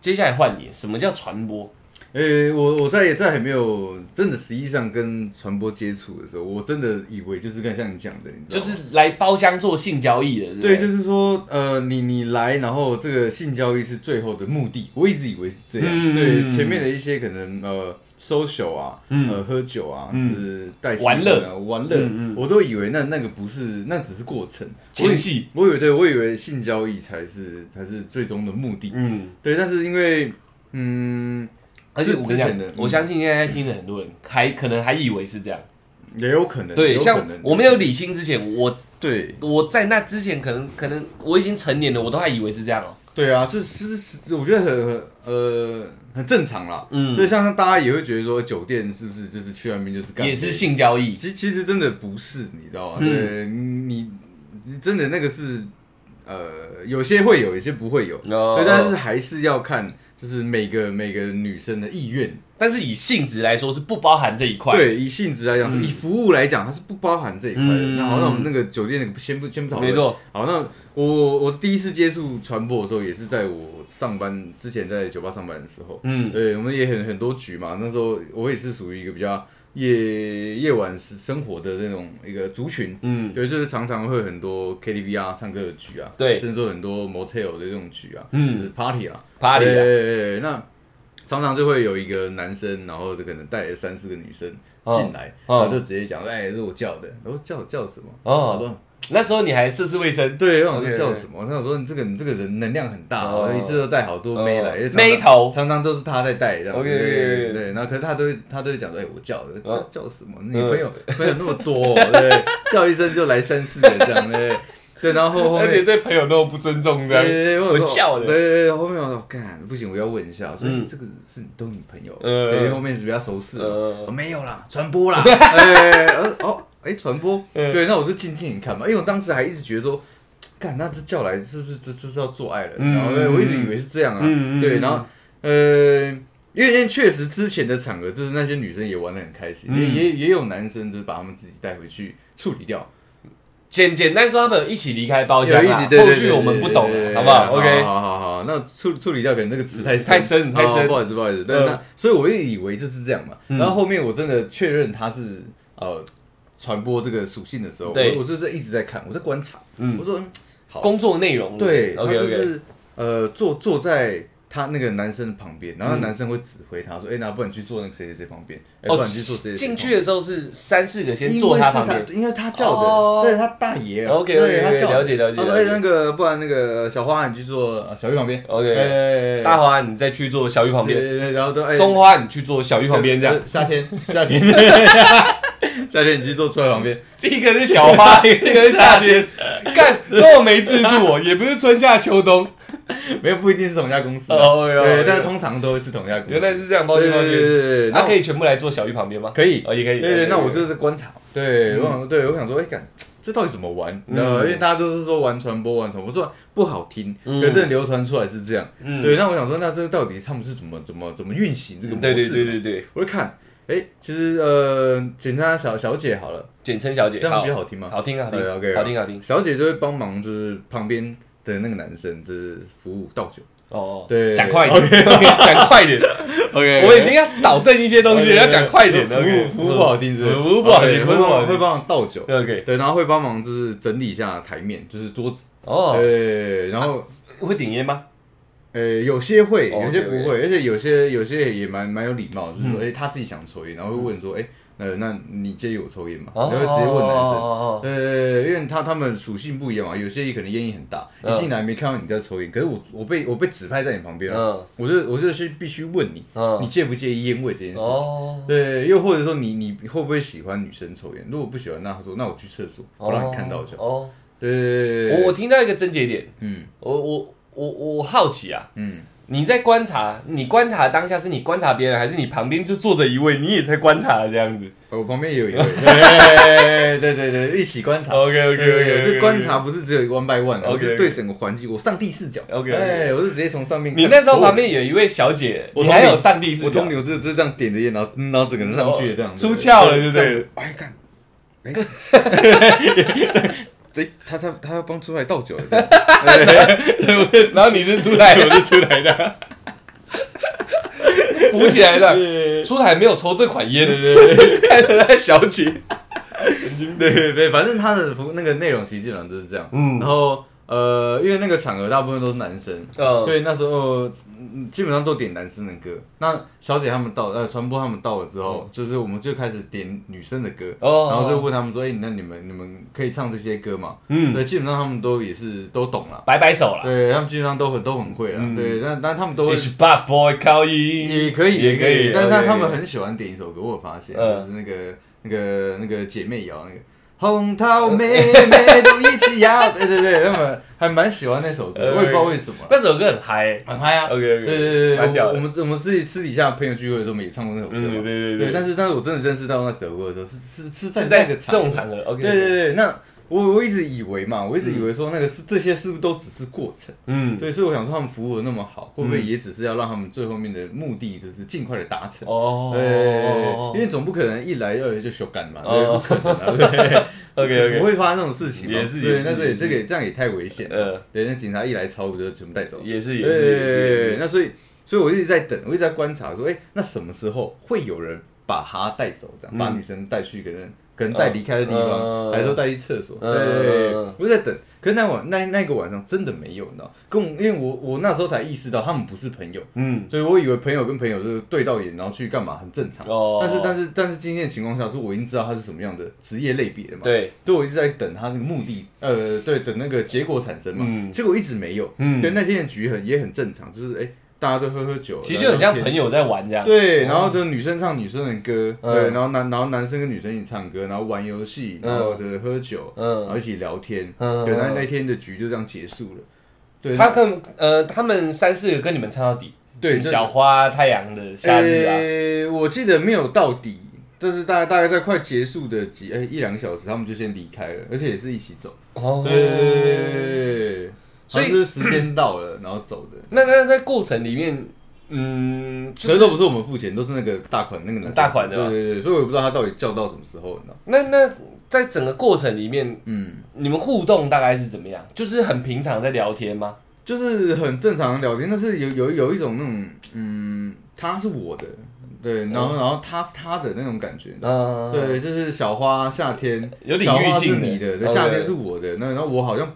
[SPEAKER 1] 接下来换你，什么叫传播？
[SPEAKER 2] 呃、我我在在还没有真的实际上跟传播接触的时候，我真的以为就是跟像你讲的，你知道
[SPEAKER 1] 就
[SPEAKER 2] 吗
[SPEAKER 1] 是来包厢做性交易的，
[SPEAKER 2] 对，
[SPEAKER 1] 不
[SPEAKER 2] 就是说，呃，你你来，然后这个性交易是最后的目的，我一直以为是这样。
[SPEAKER 1] 嗯嗯
[SPEAKER 2] 对，前面的一些可能呃，social 啊，呃，喝酒啊，是带
[SPEAKER 1] 玩乐
[SPEAKER 2] 气氛啊玩乐，
[SPEAKER 1] 嗯
[SPEAKER 2] 我都以为那那个不是，那只是过程。我
[SPEAKER 1] 前
[SPEAKER 2] 以
[SPEAKER 1] 戏，
[SPEAKER 2] 我以为对，我以为性交易才是才是最终的目的。
[SPEAKER 1] 嗯，
[SPEAKER 2] 对，但是因为嗯，
[SPEAKER 1] 而且
[SPEAKER 2] 是
[SPEAKER 1] 我跟你
[SPEAKER 2] 之
[SPEAKER 1] 讲
[SPEAKER 2] 前的，嗯
[SPEAKER 1] 我相信现在在听的很多人还可能还以为是这样。
[SPEAKER 2] 也有可能，也
[SPEAKER 1] 对，
[SPEAKER 2] 有可
[SPEAKER 1] 像
[SPEAKER 2] 能
[SPEAKER 1] 我没有理清之前，我
[SPEAKER 2] 对
[SPEAKER 1] 我在那之前可能可能我已经成年了，我都还以为是这样哦、
[SPEAKER 2] 对啊，是是是，我觉得很很呃很正常啦。所以
[SPEAKER 1] 嗯，
[SPEAKER 2] 像大家也会觉得说，酒店是不是就是去那边就是干？
[SPEAKER 1] 也是性交易，
[SPEAKER 2] 其其实真的不是，你知道吗？
[SPEAKER 1] 嗯
[SPEAKER 2] 对，你你真的那个是呃，有些会有，有些不会有，
[SPEAKER 1] 哦
[SPEAKER 2] 对，但是还是要看，就是每个每个女生的意愿。
[SPEAKER 1] 但是以性质来说是不包含这一块。，
[SPEAKER 2] 对，以性质来讲，
[SPEAKER 1] 嗯
[SPEAKER 2] 以服务来讲，它是不包含这一块的。
[SPEAKER 1] 嗯
[SPEAKER 2] 那好，那我们那个酒店那个先不先不讨论。
[SPEAKER 1] 没错。
[SPEAKER 2] 好，那我我第一次接触船舶的时候，也是在我上班之前，在酒吧上班的时候。
[SPEAKER 1] 嗯，
[SPEAKER 2] 对，我们也很很多局嘛。那时候我也是属于一个比较夜夜晚生活的那种一个族群，
[SPEAKER 1] 嗯，
[SPEAKER 2] 对，就是常常会有很多 KTV 啊、唱歌的局啊，
[SPEAKER 1] 对
[SPEAKER 2] 甚至说很多 motel 的这种局啊，
[SPEAKER 1] 嗯
[SPEAKER 2] 就是 party 啊，
[SPEAKER 1] party 啊
[SPEAKER 2] 对对对对那常常就会有一个男生，然后就可能带了三四个女生
[SPEAKER 1] 哦
[SPEAKER 2] 进来，
[SPEAKER 1] 哦
[SPEAKER 2] 然后就直接讲，哎、这是我叫的，然后叫叫什么？我
[SPEAKER 1] 哦，
[SPEAKER 2] 说
[SPEAKER 1] 那时候你还涉世未深，
[SPEAKER 2] 对，我想
[SPEAKER 1] OK，OK
[SPEAKER 2] 说叫什么？我想说你这个你这个人能量很大，
[SPEAKER 1] 哦
[SPEAKER 2] 哦、一次都带好多妹来，
[SPEAKER 1] 哦
[SPEAKER 2] 因为常常
[SPEAKER 1] 妹头
[SPEAKER 2] 常常都是他在带这样。
[SPEAKER 1] OK，OK，OK
[SPEAKER 2] 对对，然后可是他都会他都会讲说，哎，我叫的叫
[SPEAKER 1] 哦
[SPEAKER 2] 叫什么？你朋友朋友那么多，哦对，叫一声就来三四个这样，对对，然后后
[SPEAKER 1] 而
[SPEAKER 2] 面
[SPEAKER 1] 且对朋友那么不尊重，这
[SPEAKER 2] 对对
[SPEAKER 1] 样，
[SPEAKER 2] 对，
[SPEAKER 1] 我
[SPEAKER 2] 说
[SPEAKER 1] 叫的
[SPEAKER 2] 对对对，后面我说干不行，我要问一下，所以
[SPEAKER 1] 嗯
[SPEAKER 2] 这个是你都是你朋友，
[SPEAKER 1] 嗯
[SPEAKER 2] 对，因为后面是比较熟识嘛，
[SPEAKER 1] 嗯
[SPEAKER 2] 我没有啦，传 播啦，哎，我说哦，哎，传播，
[SPEAKER 1] 嗯
[SPEAKER 2] 对，那我就静静地看嘛，因为我当时还一直觉得说，干那这叫来是不是这这是要做爱了？
[SPEAKER 1] 嗯
[SPEAKER 2] 然后对我一直以为是这样
[SPEAKER 1] 嗯嗯
[SPEAKER 2] 啊，对，
[SPEAKER 1] 嗯
[SPEAKER 2] 然后呃。因为因为确实之前的场合，就是那些女生也玩的很开心，
[SPEAKER 1] 嗯
[SPEAKER 2] 也也也有男生就是把他们自己带回去处理掉，
[SPEAKER 1] 简简单说他们有一起离开包
[SPEAKER 2] 有
[SPEAKER 1] 厢
[SPEAKER 2] 一
[SPEAKER 1] 啦
[SPEAKER 2] 直对
[SPEAKER 1] 后
[SPEAKER 2] 对
[SPEAKER 1] 续
[SPEAKER 2] 对
[SPEAKER 1] 我们
[SPEAKER 2] 对
[SPEAKER 1] 不
[SPEAKER 2] 对
[SPEAKER 1] 懂
[SPEAKER 2] 对对
[SPEAKER 1] 了，
[SPEAKER 2] 对
[SPEAKER 1] 好不好
[SPEAKER 2] 对
[SPEAKER 1] ？OK，
[SPEAKER 2] 好好好，那处处理掉可能那个词太深
[SPEAKER 1] 太深太深
[SPEAKER 2] 哦不好意思不好意思，对，
[SPEAKER 1] 嗯
[SPEAKER 2] 那所以我也以为就是这样嘛。
[SPEAKER 1] 嗯
[SPEAKER 2] 然后后面我真的确认它是呃传播这个属性的时候，
[SPEAKER 1] 对
[SPEAKER 2] 我我就是一直在看，我在观察，
[SPEAKER 1] 嗯
[SPEAKER 2] 我说嗯好
[SPEAKER 1] 工作内容
[SPEAKER 2] 对，他
[SPEAKER 1] ，OK
[SPEAKER 2] 就
[SPEAKER 1] OK，
[SPEAKER 2] 是呃坐坐在。他那个男生旁边，然后那男生会指挥他说：“哎，那不然你去坐那个谁谁谁旁边，哎，不
[SPEAKER 1] 哦
[SPEAKER 2] 然你去坐谁谁谁
[SPEAKER 1] 进
[SPEAKER 2] 旁边
[SPEAKER 1] 去的时候是三四个先坐他旁边，
[SPEAKER 2] 因为是他，应该是他叫的，
[SPEAKER 1] 哦
[SPEAKER 2] 对他大爷啊
[SPEAKER 1] OK，OK，OK，
[SPEAKER 2] 对他叫的
[SPEAKER 1] 了解了解
[SPEAKER 2] 他说
[SPEAKER 1] 了
[SPEAKER 2] 哎
[SPEAKER 1] 解
[SPEAKER 2] 那个，不然那个小花你去坐呃小玉旁边
[SPEAKER 1] OK，
[SPEAKER 2] 哎
[SPEAKER 1] 大花你再去坐小玉旁
[SPEAKER 2] 对
[SPEAKER 1] 边，
[SPEAKER 2] 对对，然后都哎
[SPEAKER 1] 中花你去坐小玉旁边，这样
[SPEAKER 2] 对。对夏 天夏天夏天你去坐出来旁边，
[SPEAKER 1] 一个是小 花，一个是夏天，干那我没制度哦，也不是春夏秋 冬，
[SPEAKER 2] 没有不一定是同一家公司啊，
[SPEAKER 1] 哦有有
[SPEAKER 2] 对，但是通常都会是同一家公司。
[SPEAKER 1] 原来是这样，抱
[SPEAKER 2] 对
[SPEAKER 1] 歉
[SPEAKER 2] 对
[SPEAKER 1] 抱
[SPEAKER 2] 对
[SPEAKER 1] 歉。
[SPEAKER 2] 对对对，
[SPEAKER 1] 他可
[SPEAKER 2] 以
[SPEAKER 1] 以全部来坐小玉旁边吗？
[SPEAKER 2] 可以
[SPEAKER 1] 哦，啊也可以。
[SPEAKER 2] 对对，那我就是是观察，对，我想，对我想说，哎，干，这到底怎么玩？你知道吗？
[SPEAKER 1] 嗯
[SPEAKER 2] 因为大家都是说玩传播，玩传播，说不好听，
[SPEAKER 1] 嗯
[SPEAKER 2] 可是真的流传出来是这样。
[SPEAKER 1] 嗯，
[SPEAKER 2] 对，
[SPEAKER 1] 对
[SPEAKER 2] 那我想说，那这到底他们是怎么怎么怎么运行这个模式？
[SPEAKER 1] 嗯对对对对，
[SPEAKER 2] 我就看，哎，其实呃，简单小小姐好了，
[SPEAKER 1] 简称小姐，
[SPEAKER 2] 这样比较好听吗？
[SPEAKER 1] 好听啊好听
[SPEAKER 2] 对，OK，
[SPEAKER 1] 好听好听。
[SPEAKER 2] 小姐就会帮忙，就是旁边的那个男生，就是服务倒酒。
[SPEAKER 1] 哦，
[SPEAKER 2] 对
[SPEAKER 1] 讲快一点， 讲快一点，
[SPEAKER 2] OK，
[SPEAKER 1] 我已经要导正一些东西，
[SPEAKER 2] OK，
[SPEAKER 1] 要讲快一点。
[SPEAKER 2] 服务
[SPEAKER 1] OK
[SPEAKER 2] 服务不好听，是不是？
[SPEAKER 1] 服务不好听
[SPEAKER 2] OK，
[SPEAKER 1] 服务
[SPEAKER 2] 会
[SPEAKER 1] 不好
[SPEAKER 2] 帮
[SPEAKER 1] 听
[SPEAKER 2] 会帮忙倒酒。
[SPEAKER 1] OK，
[SPEAKER 2] 对，然后会帮忙就是整理一下台面，就是桌子。
[SPEAKER 1] 哦，
[SPEAKER 2] 对，然后
[SPEAKER 1] 会顶烟吗？
[SPEAKER 2] 呃，有些会，
[SPEAKER 1] 哦
[SPEAKER 2] 有些不
[SPEAKER 1] OK，OK 嗯
[SPEAKER 2] 会，而且有些有些也蛮蛮有礼貌，就是说，哎，他自己想抽烟，然后会问说，哎，呃，那你介意我抽烟吗？然
[SPEAKER 1] 哦，
[SPEAKER 2] 后会直接问男生。
[SPEAKER 1] 哦，哦哦
[SPEAKER 2] 呃，因为他他们属性不一样嘛，有些可能烟瘾很大，
[SPEAKER 1] 嗯
[SPEAKER 2] 一进来没看到你在抽烟，可是我我被我被指派在你旁边了，
[SPEAKER 1] 嗯
[SPEAKER 2] 我就我就是必须问你，
[SPEAKER 1] 嗯
[SPEAKER 2] 你介不介意烟味这件事情？
[SPEAKER 1] 哦，
[SPEAKER 2] 对，又或者说你你会不会喜欢女生抽烟？如果不喜欢，那他说那我去厕所，我让你看到就好。
[SPEAKER 1] 哦，
[SPEAKER 2] 对对对对
[SPEAKER 1] 我我
[SPEAKER 2] 对，
[SPEAKER 1] 听到一个症结点，
[SPEAKER 2] 嗯
[SPEAKER 1] 我我我我好奇啊，
[SPEAKER 2] 嗯，
[SPEAKER 1] 你在观察，你观察当下是你观察别人，还是你旁边就坐着一位，你也在观察这样子
[SPEAKER 2] 哦我旁边也 有一位，对对对对，一起观察。
[SPEAKER 1] ？OK OK
[SPEAKER 2] 对对
[SPEAKER 1] OK，
[SPEAKER 2] 对，这观察不是只有一个 one by one，
[SPEAKER 1] OK，OK
[SPEAKER 2] 我是对整个环境，我上帝视角。
[SPEAKER 1] OK，OK
[SPEAKER 2] 哎，我是直接从上面看。
[SPEAKER 1] 你那时候旁边有一位小姐，
[SPEAKER 2] 我
[SPEAKER 1] 你
[SPEAKER 2] 同
[SPEAKER 1] 还
[SPEAKER 2] 理
[SPEAKER 1] 有上帝视
[SPEAKER 2] 我
[SPEAKER 1] 角
[SPEAKER 2] 通，牛就就这样点着烟，然后嗯然后整个人上去这样子，
[SPEAKER 1] 啊哦出窍了就
[SPEAKER 2] 这
[SPEAKER 1] 对
[SPEAKER 2] 样
[SPEAKER 1] 了
[SPEAKER 2] 子。哎，看，哎，哎，他他他要帮出来倒酒了，
[SPEAKER 1] 然后你是出来，我是出来的，扶起来的。
[SPEAKER 2] 对
[SPEAKER 1] 出台没有抽这款烟，看着那小姐，
[SPEAKER 2] 对对，反正他的服那个内容其实基本上就是这样。
[SPEAKER 1] 嗯
[SPEAKER 2] 然后呃，因为那个场合大部分都是男生，
[SPEAKER 1] 嗯，
[SPEAKER 2] 所以那时候嗯基本上都点男生的歌。那小姐他们到，呃，传播他们到了之后，就是我们就开始点女生的歌，
[SPEAKER 1] 哦，
[SPEAKER 2] 然后就问他们说：“哎、那你们你们可以唱这些歌吗？”
[SPEAKER 1] 嗯，
[SPEAKER 2] 对，基本上他们都也是都懂了，
[SPEAKER 1] 摆摆手啦。
[SPEAKER 2] 对他们基本上都很都很会了，
[SPEAKER 1] 嗯
[SPEAKER 2] 对，但但他们都会
[SPEAKER 1] 也是 bad boy 靠一，
[SPEAKER 2] 也可以，
[SPEAKER 1] 也
[SPEAKER 2] 也
[SPEAKER 1] 可
[SPEAKER 2] 可
[SPEAKER 1] 以
[SPEAKER 2] 以，但是
[SPEAKER 1] OK
[SPEAKER 2] 他他们很喜欢点一首歌，我有发现，
[SPEAKER 1] 嗯
[SPEAKER 2] 就是那个那个那个姐妹摇那个。红桃妹妹都一起摇， 对对对，他们还蛮喜欢那首
[SPEAKER 1] 呃
[SPEAKER 2] 歌，我也不知道为什么，
[SPEAKER 1] 那首歌很嗨欸。
[SPEAKER 2] 很嗨啊！
[SPEAKER 1] OK
[SPEAKER 2] 对
[SPEAKER 1] OK，
[SPEAKER 2] 对对
[SPEAKER 1] 蛮
[SPEAKER 2] 对，
[SPEAKER 1] 屌
[SPEAKER 2] 我
[SPEAKER 1] 的
[SPEAKER 2] 我。们我们自己私底下朋友聚会的时候，我们也唱过那首歌
[SPEAKER 1] 嗯，对
[SPEAKER 2] 嘛。
[SPEAKER 1] 对
[SPEAKER 2] 对，但
[SPEAKER 1] 是
[SPEAKER 2] 是但是我真的认识到那首歌的时候，是是是在
[SPEAKER 1] 是在
[SPEAKER 2] 那个
[SPEAKER 1] 这
[SPEAKER 2] 场合
[SPEAKER 1] 种场合，OK，
[SPEAKER 2] 对对，对，那我我一直以为嘛，我一直以为说那个是这些是不是都只是过程？
[SPEAKER 1] 嗯，
[SPEAKER 2] 对，所以我想说他们服务的那么好，会不会也只是要让他们最后面的目的就是尽快的达成？
[SPEAKER 1] 哦
[SPEAKER 2] 对，因为总不可能一来二来就修改嘛，对，
[SPEAKER 1] 哦
[SPEAKER 2] 不可能 啊，对
[SPEAKER 1] OK
[SPEAKER 2] 不
[SPEAKER 1] OK，
[SPEAKER 2] 会发生这种事情嘛，
[SPEAKER 1] 也是也
[SPEAKER 2] 对，
[SPEAKER 1] 是
[SPEAKER 2] 那这
[SPEAKER 1] 也
[SPEAKER 2] 也
[SPEAKER 1] 是
[SPEAKER 2] 这个这样也太危险了，
[SPEAKER 1] 呃，
[SPEAKER 2] 对，那警察一来抄我就全部带走，
[SPEAKER 1] 也是也是也是也
[SPEAKER 2] 对，
[SPEAKER 1] 是，
[SPEAKER 2] 那所以所以我一直在等，我一直在观察说，哎，那什么时候会有人把他带走，这样
[SPEAKER 1] 嗯
[SPEAKER 2] 把女生带去一个人，可能带离开的地
[SPEAKER 1] 嗯
[SPEAKER 2] 方，还是说带去厕所？
[SPEAKER 1] 嗯
[SPEAKER 2] 对
[SPEAKER 1] 嗯嗯，
[SPEAKER 2] 我在等。可是那晚那那个晚上真的没有，你知道，跟我因为我我那时候才意识到他们不是朋友，
[SPEAKER 1] 嗯，
[SPEAKER 2] 所以我以为朋友跟朋友是对到眼，然后去干嘛很正常。
[SPEAKER 1] 哦，
[SPEAKER 2] 但是但
[SPEAKER 1] 是
[SPEAKER 2] 是但是今天的情况下，是我已经知道他是什么样的职业类别的嘛？
[SPEAKER 1] 对，
[SPEAKER 2] 对，我一直在等他那个目的，呃，对，等那个结果产生嘛。
[SPEAKER 1] 嗯
[SPEAKER 2] 结果一直没有。
[SPEAKER 1] 嗯
[SPEAKER 2] 对，那天的局很也很正常，就是哎、大家都喝喝酒，
[SPEAKER 1] 其实就很像
[SPEAKER 2] 聊聊
[SPEAKER 1] 朋友在玩这样，
[SPEAKER 2] 天。对，然后就女生唱女生的歌，
[SPEAKER 1] 嗯
[SPEAKER 2] 对，然后男然后男生跟女生一起唱歌，然后玩游戏，
[SPEAKER 1] 嗯
[SPEAKER 2] 然后就是喝酒，然后
[SPEAKER 1] 嗯
[SPEAKER 2] 一起聊天。对，那那
[SPEAKER 1] 嗯，
[SPEAKER 2] 天的局就这样结束了。对，
[SPEAKER 1] 他跟呃他们三四个跟你们唱到底，
[SPEAKER 2] 对
[SPEAKER 1] 什么
[SPEAKER 2] 这
[SPEAKER 1] 小花、太阳的夏日啊，
[SPEAKER 2] 呃我记得没有到底，就是大概大概在快结束的几哎、一两个小时，他们就先离开了，而且也是一起走。
[SPEAKER 1] 哦
[SPEAKER 2] 对，
[SPEAKER 1] 所
[SPEAKER 2] 所
[SPEAKER 1] 以
[SPEAKER 2] 以就是嗯时间到了，然后走的。
[SPEAKER 1] 那那在过程里面，嗯，就
[SPEAKER 2] 可
[SPEAKER 1] 是是
[SPEAKER 2] 都不是我们付钱，都是那个大款那个男生
[SPEAKER 1] 大款的吗
[SPEAKER 2] 对对对，所以我也不知道他到底叫到什么时候，你知道？
[SPEAKER 1] 那那在整个过程里面，
[SPEAKER 2] 嗯，
[SPEAKER 1] 你们互动大概是怎么样？就是很平常在聊天吗？
[SPEAKER 2] 就是很正常的聊天，但是有有有一种那种嗯，他是我的，对，然后、然后他是他的那种感觉，
[SPEAKER 1] 嗯，
[SPEAKER 2] 对，就是小花夏天，
[SPEAKER 1] 有领域
[SPEAKER 2] 小花是
[SPEAKER 1] 性的
[SPEAKER 2] 你的，对，
[SPEAKER 1] OK
[SPEAKER 2] 夏天是我的。那然后我好像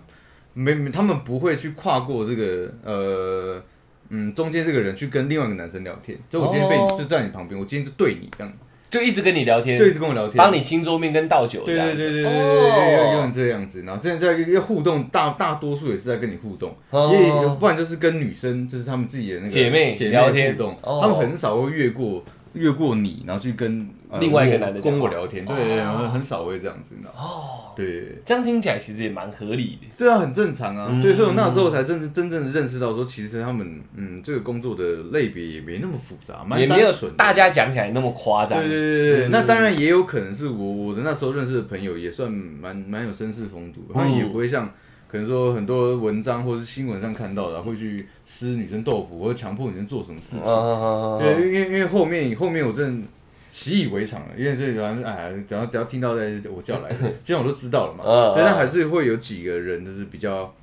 [SPEAKER 2] 没，没他们不会去跨过这个呃嗯中间这个人去跟另外一个男生聊天。就我今天被你、
[SPEAKER 1] 哦
[SPEAKER 2] 就在你旁边，我今天就对你这样，
[SPEAKER 1] 就一直跟你聊天，
[SPEAKER 2] 就一直跟我聊天，
[SPEAKER 1] 帮你清桌面跟倒酒这
[SPEAKER 2] 对。
[SPEAKER 1] 样
[SPEAKER 2] 对
[SPEAKER 1] 子，
[SPEAKER 2] 对对对
[SPEAKER 1] 哦
[SPEAKER 2] 对，有有点这样子，然后现在在要互动，大大多数也是在跟你互动，
[SPEAKER 1] 哦
[SPEAKER 2] 也有不然就是跟女生，就是他们自己的那个
[SPEAKER 1] 姐妹
[SPEAKER 2] 姐
[SPEAKER 1] 聊天
[SPEAKER 2] 互动，
[SPEAKER 1] 哦
[SPEAKER 2] 他们很少会越过越过你，然后去跟呃
[SPEAKER 1] 另外一个男的
[SPEAKER 2] 跟
[SPEAKER 1] 讲
[SPEAKER 2] 我
[SPEAKER 1] 话
[SPEAKER 2] 聊天，对对，对然后很少会这样子，你知道哦，对。
[SPEAKER 1] 这样听起来其实也蛮合理的。
[SPEAKER 2] 这样很正常啊，
[SPEAKER 1] 嗯
[SPEAKER 2] 对，所以我那时候才真真正的认识到说，其实他们嗯，这个工作的类别也没那么复杂，蛮
[SPEAKER 1] 也没有
[SPEAKER 2] 单纯的
[SPEAKER 1] 大家讲起来那么夸张
[SPEAKER 2] 对。对对对，
[SPEAKER 1] 嗯
[SPEAKER 2] 那当然也有可能是我我的那时候认识的朋友也算蛮蛮有绅士风度的，他
[SPEAKER 1] 嗯
[SPEAKER 2] 们也不会像可能说很多文章或是新闻上看到的会去吃女生豆腐或者强迫女生做什么事
[SPEAKER 1] 嗯
[SPEAKER 2] 情。
[SPEAKER 1] 嗯
[SPEAKER 2] 对，因为因为后面后面我真的习以为常了，因为这反正哎，只要只要听到在我叫来的，既然我都知道了嘛
[SPEAKER 1] 嗯，
[SPEAKER 2] 对，但
[SPEAKER 1] 嗯
[SPEAKER 2] 还是会有几个人就是比较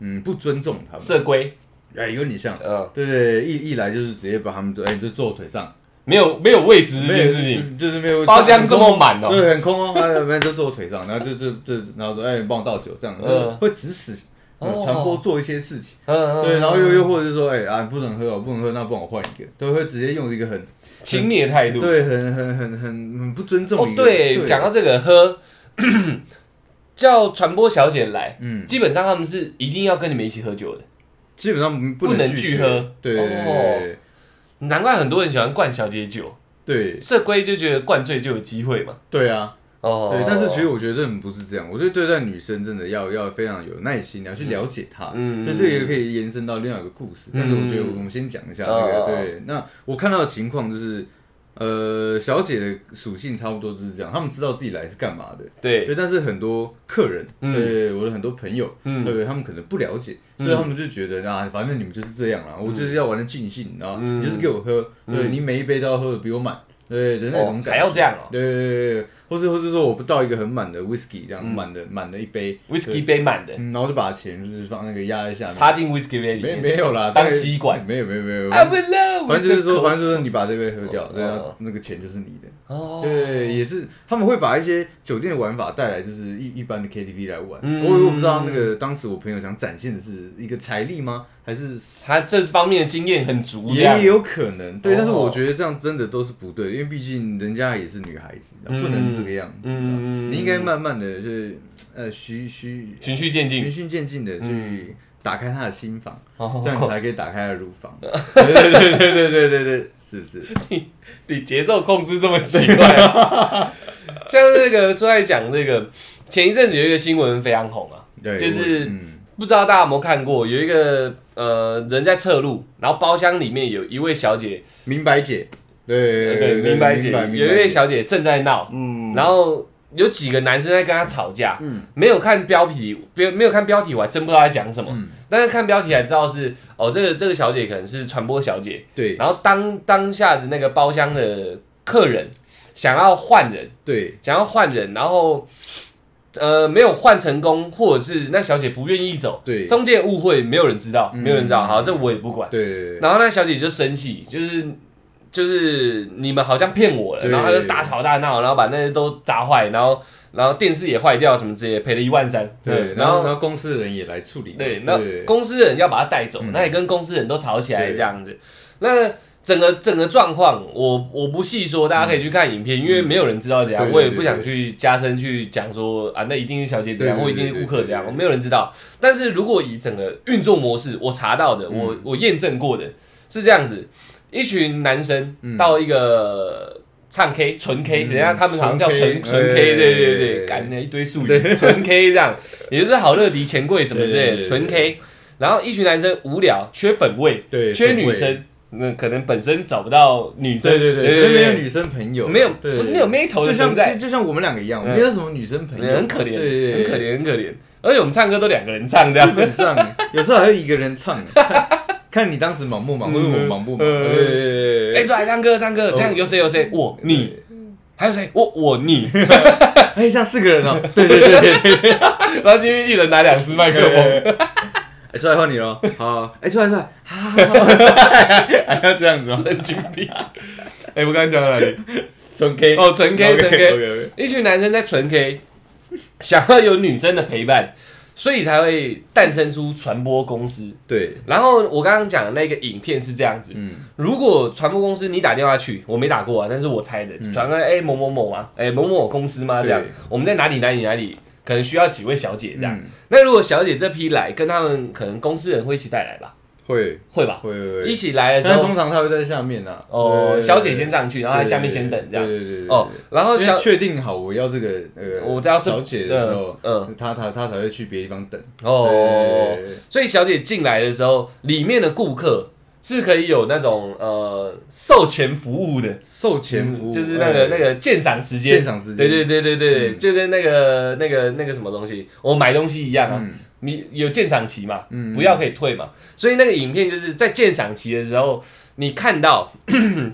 [SPEAKER 2] 嗯不尊重他
[SPEAKER 1] 嗯
[SPEAKER 2] 们，
[SPEAKER 1] 社规，
[SPEAKER 2] 哎，有点像，
[SPEAKER 1] 嗯，
[SPEAKER 2] 对对，一一来就是直接把他们哎就坐我腿上，
[SPEAKER 1] 没有没有位置这件事情，
[SPEAKER 2] 情，就就是没有
[SPEAKER 1] 包厢这么满哦，
[SPEAKER 2] 对，很空哦，哎，有人就坐我腿上，然后就就就，然后说，哎，你帮我倒酒，这样，就是
[SPEAKER 1] 嗯
[SPEAKER 2] 会指使呃
[SPEAKER 1] 哦
[SPEAKER 2] 传播做一些事情，
[SPEAKER 1] 嗯嗯，
[SPEAKER 2] 对，
[SPEAKER 1] 嗯
[SPEAKER 2] 然后又
[SPEAKER 1] 嗯
[SPEAKER 2] 又或者是说，哎啊，不能喝哦，不能喝，那帮我换一个，都会直接用一个很
[SPEAKER 1] 轻蔑态度。
[SPEAKER 2] 对，很很很很很不尊重
[SPEAKER 1] 哦
[SPEAKER 2] 一，个，
[SPEAKER 1] 对，讲到这个喝， 叫传播小姐来，
[SPEAKER 2] 嗯，
[SPEAKER 1] 基本上他们是一定要跟你们一起喝酒的，
[SPEAKER 2] 基本上不
[SPEAKER 1] 不能
[SPEAKER 2] 拒
[SPEAKER 1] 聚喝
[SPEAKER 2] 对对对
[SPEAKER 1] 哦
[SPEAKER 2] 对
[SPEAKER 1] 难怪很多人喜欢灌小姐酒，
[SPEAKER 2] 对
[SPEAKER 1] 社规就觉得灌醉就有机会嘛。
[SPEAKER 2] 对啊，
[SPEAKER 1] 哦，
[SPEAKER 2] 对，但是其实我觉得真的不是这样，我觉得对待女生真的要要非常有耐心，你要去了解她，
[SPEAKER 1] 嗯
[SPEAKER 2] 所以这个也可以延伸到另外一个故事，
[SPEAKER 1] 嗯
[SPEAKER 2] 但是我觉得我们先讲一下那
[SPEAKER 1] 哦
[SPEAKER 2] 个，对，那我看到的情况就是。呃，小姐的属性差不多就是这样，她们知道自己来是干嘛的，
[SPEAKER 1] 对，
[SPEAKER 2] 对。但是很多客人，
[SPEAKER 1] 嗯
[SPEAKER 2] 对我的很多朋友，
[SPEAKER 1] 嗯
[SPEAKER 2] 对不对？他们可能不了解，
[SPEAKER 1] 嗯
[SPEAKER 2] 所以他们就觉得啊，反正你们就是这样啦，我就是要玩的尽兴，然后
[SPEAKER 1] 嗯
[SPEAKER 2] 你就是给我喝，
[SPEAKER 1] 嗯
[SPEAKER 2] 对你每一杯都要喝的比我满，对的那种
[SPEAKER 1] 哦
[SPEAKER 2] 感觉，
[SPEAKER 1] 还要这样哦
[SPEAKER 2] 对对对对，对或是或是说我不倒一个很满的 whisky 这样
[SPEAKER 1] 嗯
[SPEAKER 2] 满的满的一杯
[SPEAKER 1] whisky
[SPEAKER 2] 对
[SPEAKER 1] 杯满的，
[SPEAKER 2] 嗯，然后就把钱就是放那个压在下面，
[SPEAKER 1] 插进 whisky 杯里
[SPEAKER 2] 没
[SPEAKER 1] 面，
[SPEAKER 2] 没有啦，
[SPEAKER 1] 当
[SPEAKER 2] 这个
[SPEAKER 1] 吸管哎
[SPEAKER 2] 没有没有没有，
[SPEAKER 1] I will love
[SPEAKER 2] 反正就是说，
[SPEAKER 1] the
[SPEAKER 2] 反正就是你把这杯喝掉，
[SPEAKER 1] 哦
[SPEAKER 2] 对啊
[SPEAKER 1] 哦，
[SPEAKER 2] 那个钱就是你的。
[SPEAKER 1] 哦，
[SPEAKER 2] 对，也是他们会把一些酒店的玩法带来，就是一一般的 KTV 来玩。
[SPEAKER 1] 嗯
[SPEAKER 2] 我我不知道那个当时我朋友想展现的是一个财力吗？还是
[SPEAKER 1] 他这方面的经验很足，这样
[SPEAKER 2] 也有可能对，
[SPEAKER 1] 哦
[SPEAKER 2] 但是我觉得这样真的都是不对，因为毕竟人家也是女孩子，
[SPEAKER 1] 嗯
[SPEAKER 2] 不能这个样子啊。
[SPEAKER 1] 嗯
[SPEAKER 2] 你应该慢慢的就是呃循循
[SPEAKER 1] 循序渐
[SPEAKER 2] 循
[SPEAKER 1] 进，
[SPEAKER 2] 序渐进的去打开他的心房，
[SPEAKER 1] 哦
[SPEAKER 2] 这样你才可以打开他的乳房。对对对对对对对对， 是不是？
[SPEAKER 1] 你节奏控制这么奇 怪、像那个最爱讲那个，前一阵子有一个新闻非常红啊，
[SPEAKER 2] 对，
[SPEAKER 1] 就是
[SPEAKER 2] 我嗯。
[SPEAKER 1] 不知道大家有没有看过，有一个呃人在侧录，然后包厢里面有一位小姐，
[SPEAKER 2] 明白姐，对
[SPEAKER 1] 对，明白姐，有一位，小姐正在闹，
[SPEAKER 2] 嗯，
[SPEAKER 1] 然后有几个男生在跟她吵架，
[SPEAKER 2] 嗯
[SPEAKER 1] 没有看标题，没有没有看标题，我还真不知道在讲什么，
[SPEAKER 2] 嗯
[SPEAKER 1] 但是看标题才知道是哦，这个这个小姐可能是传播小姐，
[SPEAKER 2] 对
[SPEAKER 1] 然后当当下的那个包厢的客人想要换人，
[SPEAKER 2] 对，
[SPEAKER 1] 想要换人，然后呃没有换成功，或者是那小姐不愿意走，
[SPEAKER 2] 对
[SPEAKER 1] 中间误会没有人知道，
[SPEAKER 2] 嗯
[SPEAKER 1] 没有人知道，好，这我也不管。
[SPEAKER 2] 对，
[SPEAKER 1] 然后那小姐就生气，就是就是你们好像骗我了，
[SPEAKER 2] 对
[SPEAKER 1] 然后她就大吵大闹，然后把那些都砸坏，然后然后电视也坏掉，什么之类的，赔了一万三。
[SPEAKER 2] 对，
[SPEAKER 1] 嗯
[SPEAKER 2] 然
[SPEAKER 1] 然
[SPEAKER 2] 后然
[SPEAKER 1] 后
[SPEAKER 2] 后公司的人也来处理，
[SPEAKER 1] 对，那
[SPEAKER 2] 对
[SPEAKER 1] 公司人要把她带走
[SPEAKER 2] 嗯，
[SPEAKER 1] 那也跟公司人都吵起来
[SPEAKER 2] 对
[SPEAKER 1] 这样子。那整个整个状况，我我不细说，大家可以去看影片，因为没有人知道怎样
[SPEAKER 2] 嗯对，对
[SPEAKER 1] 我也不
[SPEAKER 2] 对
[SPEAKER 1] 想去加深去讲说啊，那一定是小姐怎样，
[SPEAKER 2] 对对
[SPEAKER 1] 或一定是
[SPEAKER 2] 对
[SPEAKER 1] 顾客怎样
[SPEAKER 2] 对，对
[SPEAKER 1] 没有人知道。但是如果以整个运作模式，我查到的，
[SPEAKER 2] 嗯
[SPEAKER 1] 我我验证过的是这样子：一群男生
[SPEAKER 2] 嗯
[SPEAKER 1] 到一个唱 K 纯 K，
[SPEAKER 2] 嗯
[SPEAKER 1] 人家他们好像叫
[SPEAKER 2] 纯
[SPEAKER 1] 纯
[SPEAKER 2] K，
[SPEAKER 1] 纯
[SPEAKER 2] 哎
[SPEAKER 1] K，对对
[SPEAKER 2] 对
[SPEAKER 1] 对，干了一堆术语，纯 K 这样，也就是好乐迪、钱柜什么之
[SPEAKER 2] 对对
[SPEAKER 1] 类
[SPEAKER 2] 对
[SPEAKER 1] 的
[SPEAKER 2] 对
[SPEAKER 1] 纯 K。然后一群男生无聊，缺粉味，
[SPEAKER 2] 对
[SPEAKER 1] 缺
[SPEAKER 2] 分
[SPEAKER 1] 女
[SPEAKER 2] 位
[SPEAKER 1] 生，那可能本身找不到女生，
[SPEAKER 2] 对对对，
[SPEAKER 1] 对
[SPEAKER 2] 因为没有
[SPEAKER 1] 对
[SPEAKER 2] 女生朋友，
[SPEAKER 1] 没有
[SPEAKER 2] 对
[SPEAKER 1] 不是没有妹头
[SPEAKER 2] 就
[SPEAKER 1] 的
[SPEAKER 2] 像
[SPEAKER 1] 存
[SPEAKER 2] 就
[SPEAKER 1] 在，
[SPEAKER 2] 就像我们两个一样，我
[SPEAKER 1] 嗯
[SPEAKER 2] 们没有什么女生朋友，
[SPEAKER 1] 很可怜，
[SPEAKER 2] 对，
[SPEAKER 1] 很可，怜，很可怜。而且我们唱歌都两个人唱这样
[SPEAKER 2] 基，本上有时候还会一个人唱，看看你当时忙不忙，或者我忙不忙，
[SPEAKER 1] 嗯
[SPEAKER 2] 对对对
[SPEAKER 1] 哎，
[SPEAKER 2] 对对，
[SPEAKER 1] 出来唱歌，唱歌，这
[SPEAKER 2] 哦
[SPEAKER 1] 样有谁有谁，我你，还有谁我我你，
[SPEAKER 2] 哎，这样四个人哦，对对对对对，
[SPEAKER 1] 然后今天一人拿两支麦克风，
[SPEAKER 2] 对。哎，出来换你喽！好，哎，出来出来，好，好好还要这样子哦。
[SPEAKER 1] 神经病。哎，我刚刚讲到哪里？
[SPEAKER 2] 纯 K
[SPEAKER 1] 哦，纯 K，纯 K，
[SPEAKER 2] K，
[SPEAKER 1] 一群男生在纯 K，想要有女生的陪伴，所以才会诞生出传播公司。
[SPEAKER 2] 对，
[SPEAKER 1] 然后我刚刚讲的那个影片是这样子，
[SPEAKER 2] 嗯，
[SPEAKER 1] 如果传播公司你打电话去，我没打过啊，但是我猜的，传个哎某某某啊，哎某某某公司吗？这样
[SPEAKER 2] 嗯对，
[SPEAKER 1] 我们在哪里哪里哪里，可能需要几位小姐这样。
[SPEAKER 2] 嗯
[SPEAKER 1] 那如果小姐这批来，跟他们可能公司人会一起带来吧，
[SPEAKER 2] 会
[SPEAKER 1] 会吧？
[SPEAKER 2] 会会
[SPEAKER 1] 一
[SPEAKER 2] 会，
[SPEAKER 1] 起来的时
[SPEAKER 2] 但通
[SPEAKER 1] 候，
[SPEAKER 2] 常他会在下面啊。
[SPEAKER 1] 哦，
[SPEAKER 2] 对
[SPEAKER 1] 小姐先，上去，然后在
[SPEAKER 2] 对
[SPEAKER 1] 下面先等这样。
[SPEAKER 2] 对对对对，
[SPEAKER 1] 哦，然后
[SPEAKER 2] 对，因
[SPEAKER 1] 小
[SPEAKER 2] 为确定好我要这个呃，
[SPEAKER 1] 我要这
[SPEAKER 2] 小姐的时候，
[SPEAKER 1] 嗯
[SPEAKER 2] 嗯，他才他才会去别的地方等。
[SPEAKER 1] 哦
[SPEAKER 2] 对，，对对
[SPEAKER 1] 所以小姐进来的时候，里面的顾客是可以有那种呃售前服务的，
[SPEAKER 2] 售前服务
[SPEAKER 1] 就是那个
[SPEAKER 2] 哎
[SPEAKER 1] 那个鉴赏时间，
[SPEAKER 2] 鉴赏时间，
[SPEAKER 1] 对对对对对，
[SPEAKER 2] 嗯
[SPEAKER 1] 就跟那个那个那个什么东西，我买东西一样啊，
[SPEAKER 2] 嗯
[SPEAKER 1] 你有鉴赏期嘛，
[SPEAKER 2] 嗯
[SPEAKER 1] 不要可以退嘛。所以那个影片就是在鉴赏期的时候，你看到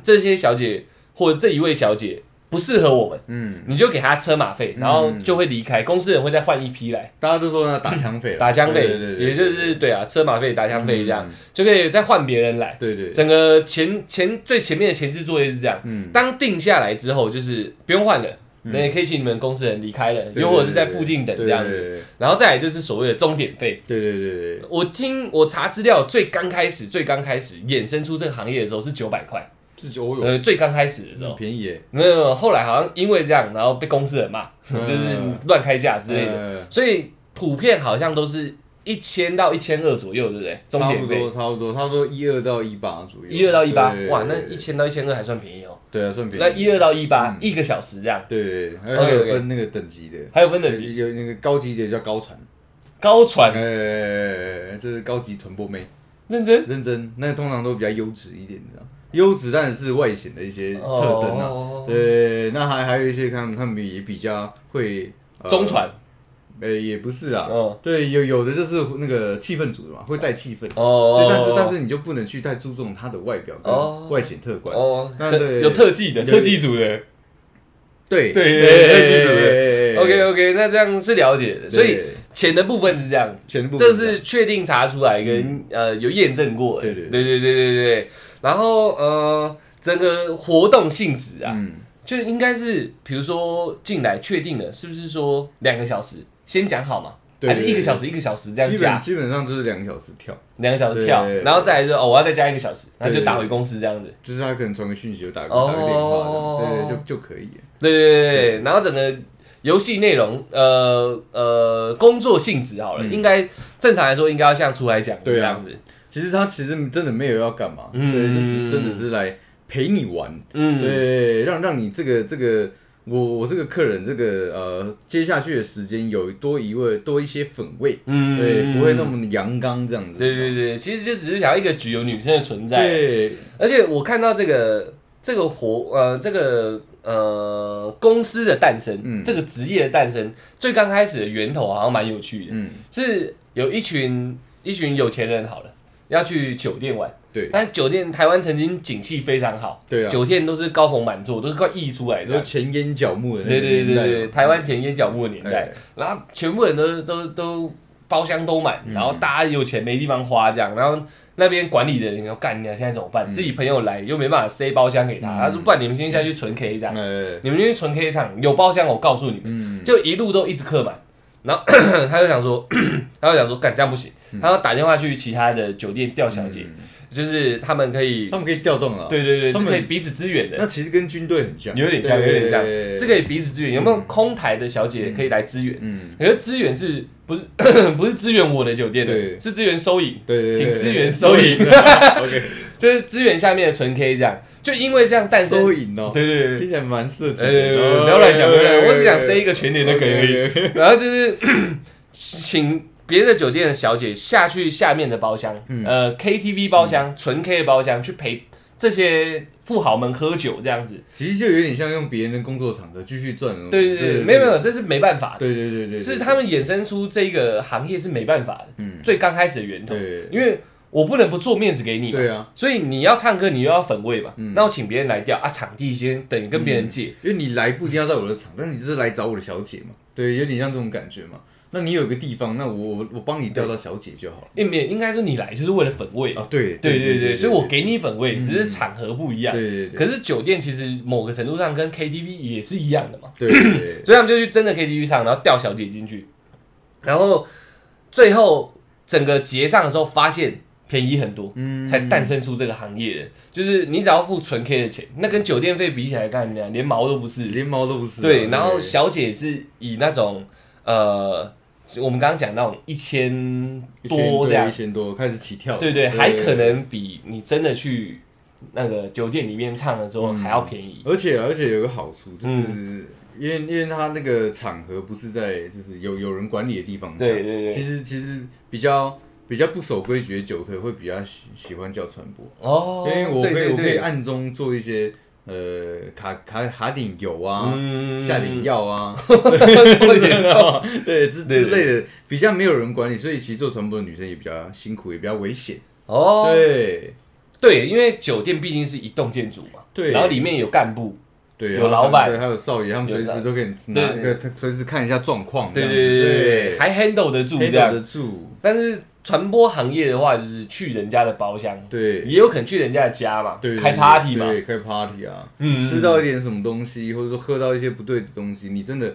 [SPEAKER 1] 这些小姐或者这一位小姐不适合我们，
[SPEAKER 2] 嗯，
[SPEAKER 1] 你就给她车马费，
[SPEAKER 2] 嗯
[SPEAKER 1] 然后就会离开，公司人会再换一批来
[SPEAKER 2] 大家都说那打枪费啦，
[SPEAKER 1] 打枪费，
[SPEAKER 2] 对对对对
[SPEAKER 1] 也就是对啊，车马费、打枪费这样，
[SPEAKER 2] 嗯
[SPEAKER 1] 就可以再换别人来。
[SPEAKER 2] 对对，
[SPEAKER 1] 整个前前最前面的前置作业是这样，
[SPEAKER 2] 嗯，
[SPEAKER 1] 当定下来之后，就是不用换了，
[SPEAKER 2] 嗯
[SPEAKER 1] 那也可以请你们公司人离开了，
[SPEAKER 2] 对
[SPEAKER 1] 又或者是在附近等这样，子。
[SPEAKER 2] 子，
[SPEAKER 1] 然后再来就是所谓的终点费。
[SPEAKER 2] 对对对对对，
[SPEAKER 1] 我听我查资料，最刚开始最刚开始衍生出这个行业的时候是九百块，
[SPEAKER 2] 自己我有
[SPEAKER 1] 呃，最刚开始的时
[SPEAKER 2] 很
[SPEAKER 1] 候，
[SPEAKER 2] 便宜耶，
[SPEAKER 1] 没有没有，后来好像因为这样，然后被公司人骂， 就
[SPEAKER 2] 嗯
[SPEAKER 1] 是乱开价之类的，
[SPEAKER 2] 的，
[SPEAKER 1] 所以普遍好像都是一千到一千二左右，对不对？终
[SPEAKER 2] 差
[SPEAKER 1] 点
[SPEAKER 2] 不多
[SPEAKER 1] 费
[SPEAKER 2] 差不多差不多一二到一八左右，
[SPEAKER 1] 一二到一八
[SPEAKER 2] 对，
[SPEAKER 1] 哇，那一千到一千二还算便宜哦。
[SPEAKER 2] 对啊算便宜，
[SPEAKER 1] 那一二到一八
[SPEAKER 2] 嗯，
[SPEAKER 1] 一个小时这样，
[SPEAKER 2] 对对，对还
[SPEAKER 1] OK，OK
[SPEAKER 2] 有分那个等级的，
[SPEAKER 1] 还有分等级。
[SPEAKER 2] 有有那个高级的叫高哎传，
[SPEAKER 1] 高传
[SPEAKER 2] 呃，这是高级传播妹，
[SPEAKER 1] 认真
[SPEAKER 2] 认真，那个通常都比较优质一点，你知道，优质当然是外显的一些特征啊，
[SPEAKER 1] 哦
[SPEAKER 2] 对，那还还有一些他们他们也比较会、呃
[SPEAKER 1] 中，传
[SPEAKER 2] 呃，也不是啊，
[SPEAKER 1] 嗯
[SPEAKER 2] 对，有有的就是那个气氛组的嘛，会带气氛，
[SPEAKER 1] 哦
[SPEAKER 2] 对，但是但是你就不能去太注重他的外表
[SPEAKER 1] 哦
[SPEAKER 2] 跟外显特观，
[SPEAKER 1] 哦，
[SPEAKER 2] 那
[SPEAKER 1] 特
[SPEAKER 2] 对
[SPEAKER 1] 有特技的
[SPEAKER 2] 有
[SPEAKER 1] 特技组的对
[SPEAKER 2] 对对
[SPEAKER 1] 对
[SPEAKER 2] 对，
[SPEAKER 1] 对
[SPEAKER 2] 记住
[SPEAKER 1] 对
[SPEAKER 2] 了。
[SPEAKER 1] OK OK，那这样是了解的，所以钱的部分是这样子，
[SPEAKER 2] 全部
[SPEAKER 1] 这是确定查出来跟、呃有验证过的，
[SPEAKER 2] 嗯对对
[SPEAKER 1] 对对对对对然后呃，整个活动性质啊，
[SPEAKER 2] 嗯，
[SPEAKER 1] 就应该是比如说进来确定了，是不是说两个小时先讲好嘛？
[SPEAKER 2] 对对
[SPEAKER 1] 还是一个小时一个小时这样
[SPEAKER 2] 基本
[SPEAKER 1] 加
[SPEAKER 2] 基本上就是两个小时跳，
[SPEAKER 1] 两个小时跳
[SPEAKER 2] 对对，对
[SPEAKER 1] 然后再来就哦我要再加一个小时，然后
[SPEAKER 2] 对
[SPEAKER 1] 就
[SPEAKER 2] 对
[SPEAKER 1] 打
[SPEAKER 2] 对
[SPEAKER 1] 回公司这样子。
[SPEAKER 2] 就是他可能传个讯息就打个
[SPEAKER 1] 哦
[SPEAKER 2] 打个电话这样，对对，就就可以。
[SPEAKER 1] 对对对对对，然后整个游戏内容，呃呃，工作性质好了，应该正常来说应该要像出来讲的这
[SPEAKER 2] 嗯对啊
[SPEAKER 1] 样子，
[SPEAKER 2] 其实他其实真的没有要干嘛，
[SPEAKER 1] 嗯
[SPEAKER 2] 对，就只是真的是来陪你玩，
[SPEAKER 1] 嗯，
[SPEAKER 2] 对，让让你这个这个我我这个客人这个呃接下去的时间有多一位多一些粉味，
[SPEAKER 1] 嗯，
[SPEAKER 2] 对，不会那么阳刚这样子，
[SPEAKER 1] 对对对，其实就只是想要一个局有女生的存在，
[SPEAKER 2] 对，
[SPEAKER 1] 而且我看到这个这个活呃这个呃公司的诞生，
[SPEAKER 2] 嗯
[SPEAKER 1] 这个职业的诞生，最刚开始的源头好像蛮有趣的，
[SPEAKER 2] 嗯，
[SPEAKER 1] 是有一群一群有钱人好了，要去酒店玩。
[SPEAKER 2] 对，
[SPEAKER 1] 但酒店台湾曾经景气非常好，
[SPEAKER 2] 对啊
[SPEAKER 1] 酒店都是高朋满座，都是快溢出来
[SPEAKER 2] 都是
[SPEAKER 1] 的。
[SPEAKER 2] 前眼角目的那
[SPEAKER 1] 对
[SPEAKER 2] 个
[SPEAKER 1] 对对
[SPEAKER 2] 年代
[SPEAKER 1] 对
[SPEAKER 2] 嘛，
[SPEAKER 1] 对，台湾前烟角木的年代
[SPEAKER 2] 哎，
[SPEAKER 1] 然后全部人都都都包厢都满，
[SPEAKER 2] 嗯
[SPEAKER 1] 然后大家有钱没地方花这样，然后那边管理的人要干你啊，现在怎么办？
[SPEAKER 2] 嗯
[SPEAKER 1] 自己朋友来又没办法塞包厢给他，
[SPEAKER 2] 嗯
[SPEAKER 1] 他说不然你们先下去存 K 这样，
[SPEAKER 2] 哎，
[SPEAKER 1] 你们先去存 K 场有包厢，我告诉你们。
[SPEAKER 2] 嗯，
[SPEAKER 1] 就一路都一直刻满。然后 他就想说， 他就想说，干这样不行，他要打电话去其他的酒店调小姐，
[SPEAKER 2] 嗯
[SPEAKER 1] 就是他们可以
[SPEAKER 2] 他，们可以调动了，，
[SPEAKER 1] 对对对，
[SPEAKER 2] 他
[SPEAKER 1] 是
[SPEAKER 2] 们
[SPEAKER 1] 可以彼此支援
[SPEAKER 2] 那
[SPEAKER 1] 的，
[SPEAKER 2] 其实跟军队很像，
[SPEAKER 1] 有点像，有点像，
[SPEAKER 2] 对
[SPEAKER 1] 是可以彼此支援。有没有空台的小姐
[SPEAKER 2] 嗯
[SPEAKER 1] 可以来支援？
[SPEAKER 2] 嗯，
[SPEAKER 1] 可是支援是不是 不是支援我的酒店的，
[SPEAKER 2] 对
[SPEAKER 1] 是支援收银，
[SPEAKER 2] 对对，对
[SPEAKER 1] 请
[SPEAKER 2] 对
[SPEAKER 1] 支援收银，
[SPEAKER 2] ，OK，
[SPEAKER 1] 就是支援下面的纯 K 这样。就因为这样诞生
[SPEAKER 2] 收，银哎哦，
[SPEAKER 1] 对对对
[SPEAKER 2] 听起来蛮色情
[SPEAKER 1] 呃，
[SPEAKER 2] 的。
[SPEAKER 1] 不要乱想，不要乱想我只想塞一
[SPEAKER 2] 个
[SPEAKER 1] 个全年的梗
[SPEAKER 2] 哎
[SPEAKER 1] 而已。然后就是 请别的酒店的小姐下去下面的包厢，
[SPEAKER 2] 嗯
[SPEAKER 1] 呃 KTV 包厢、纯 K 的包厢去陪这些富豪们喝酒，这样子。
[SPEAKER 2] 其实就有点像用别人的工作场合继续赚了。
[SPEAKER 1] 对对对，没有没有，这是没办法的，
[SPEAKER 2] 对，对对对对，
[SPEAKER 1] 是他们衍生出这个行业是没办法的，
[SPEAKER 2] 嗯，
[SPEAKER 1] 最刚开始的源头，
[SPEAKER 2] 对
[SPEAKER 1] 因为我不能不做面子给你嘛。
[SPEAKER 2] 对啊，
[SPEAKER 1] 所以你要唱歌，你又要粉味嘛，
[SPEAKER 2] 嗯
[SPEAKER 1] 那我请别人来调啊，场地先等跟别人借，
[SPEAKER 2] 因为你来不一定要在我的场，但你就是来找我的小姐嘛，对，有点像这种感觉嘛。那你有个地方，那我我我帮你调到小姐就好了。
[SPEAKER 1] 应免应该说你来就是为了粉味，
[SPEAKER 2] 啊，嗯对
[SPEAKER 1] 对对
[SPEAKER 2] 对
[SPEAKER 1] 对，所以我给你粉味，
[SPEAKER 2] 嗯
[SPEAKER 1] 只是场合不一样。
[SPEAKER 2] 对对对，
[SPEAKER 1] 可是酒店其实某个程度上跟 KTV 也是一样的嘛，
[SPEAKER 2] 对对 对
[SPEAKER 1] 所以他们就去真的 KTV 唱，然后调小姐进去，然后最后整个结账的时候发现便宜很多，
[SPEAKER 2] 嗯
[SPEAKER 1] 才诞生出这个行业的。就是你只要付纯 K 的钱，那跟酒店费比起来，干你连毛都不是。
[SPEAKER 2] 连毛都不是啊。
[SPEAKER 1] 对，然后小姐是以那种呃，我们刚刚讲那种一千
[SPEAKER 2] 一千
[SPEAKER 1] 多这
[SPEAKER 2] 对
[SPEAKER 1] 样
[SPEAKER 2] 一，千多开始起跳了，
[SPEAKER 1] 对对，还可能比你真的去那个酒店里面唱了之后还要便宜。
[SPEAKER 2] 而且而且有个好处，就是、
[SPEAKER 1] 嗯
[SPEAKER 2] 因为因为他那个场合不是在就是有有人管理的地方下，
[SPEAKER 1] 对对对
[SPEAKER 2] 其实其实比较比较不守规矩的酒客会比较喜喜欢叫传播，
[SPEAKER 1] 哦，
[SPEAKER 2] 因为我
[SPEAKER 1] 对
[SPEAKER 2] 可以
[SPEAKER 1] 对
[SPEAKER 2] 我可以
[SPEAKER 1] 对，
[SPEAKER 2] 暗中做一些呃卡卡卡点油啊。
[SPEAKER 1] 嗯
[SPEAKER 2] 下 点药啊，
[SPEAKER 1] 多严重。
[SPEAKER 2] 对对之
[SPEAKER 1] 对
[SPEAKER 2] 之类的，比较没有人管理，所以其实做传播的女生也比较辛苦，也比较危险。
[SPEAKER 1] 哦，
[SPEAKER 2] 对
[SPEAKER 1] 对，因为酒店毕竟是一栋建筑嘛，
[SPEAKER 2] 对
[SPEAKER 1] 然后里面有干部，有
[SPEAKER 2] 对，然后
[SPEAKER 1] 老板
[SPEAKER 2] 对还有少爷，他们随
[SPEAKER 1] 有少
[SPEAKER 2] 时都可以拿
[SPEAKER 1] 对
[SPEAKER 2] 那个，随时看一下状况这
[SPEAKER 1] 对
[SPEAKER 2] 样
[SPEAKER 1] 对
[SPEAKER 2] 子。
[SPEAKER 1] 对对
[SPEAKER 2] 对
[SPEAKER 1] 对，，还 handle 得住
[SPEAKER 2] 黑
[SPEAKER 1] 这
[SPEAKER 2] 得
[SPEAKER 1] 样。
[SPEAKER 2] 得住，
[SPEAKER 1] 但是传播行业的话，就是去人家的包厢，
[SPEAKER 2] 对，
[SPEAKER 1] 也有可能去人家的家嘛，
[SPEAKER 2] 对，
[SPEAKER 1] 开 party 嘛，
[SPEAKER 2] 对，开 party 啊，
[SPEAKER 1] 嗯
[SPEAKER 2] 吃到一点什么东西，或者说喝到一些不对的东西，你真的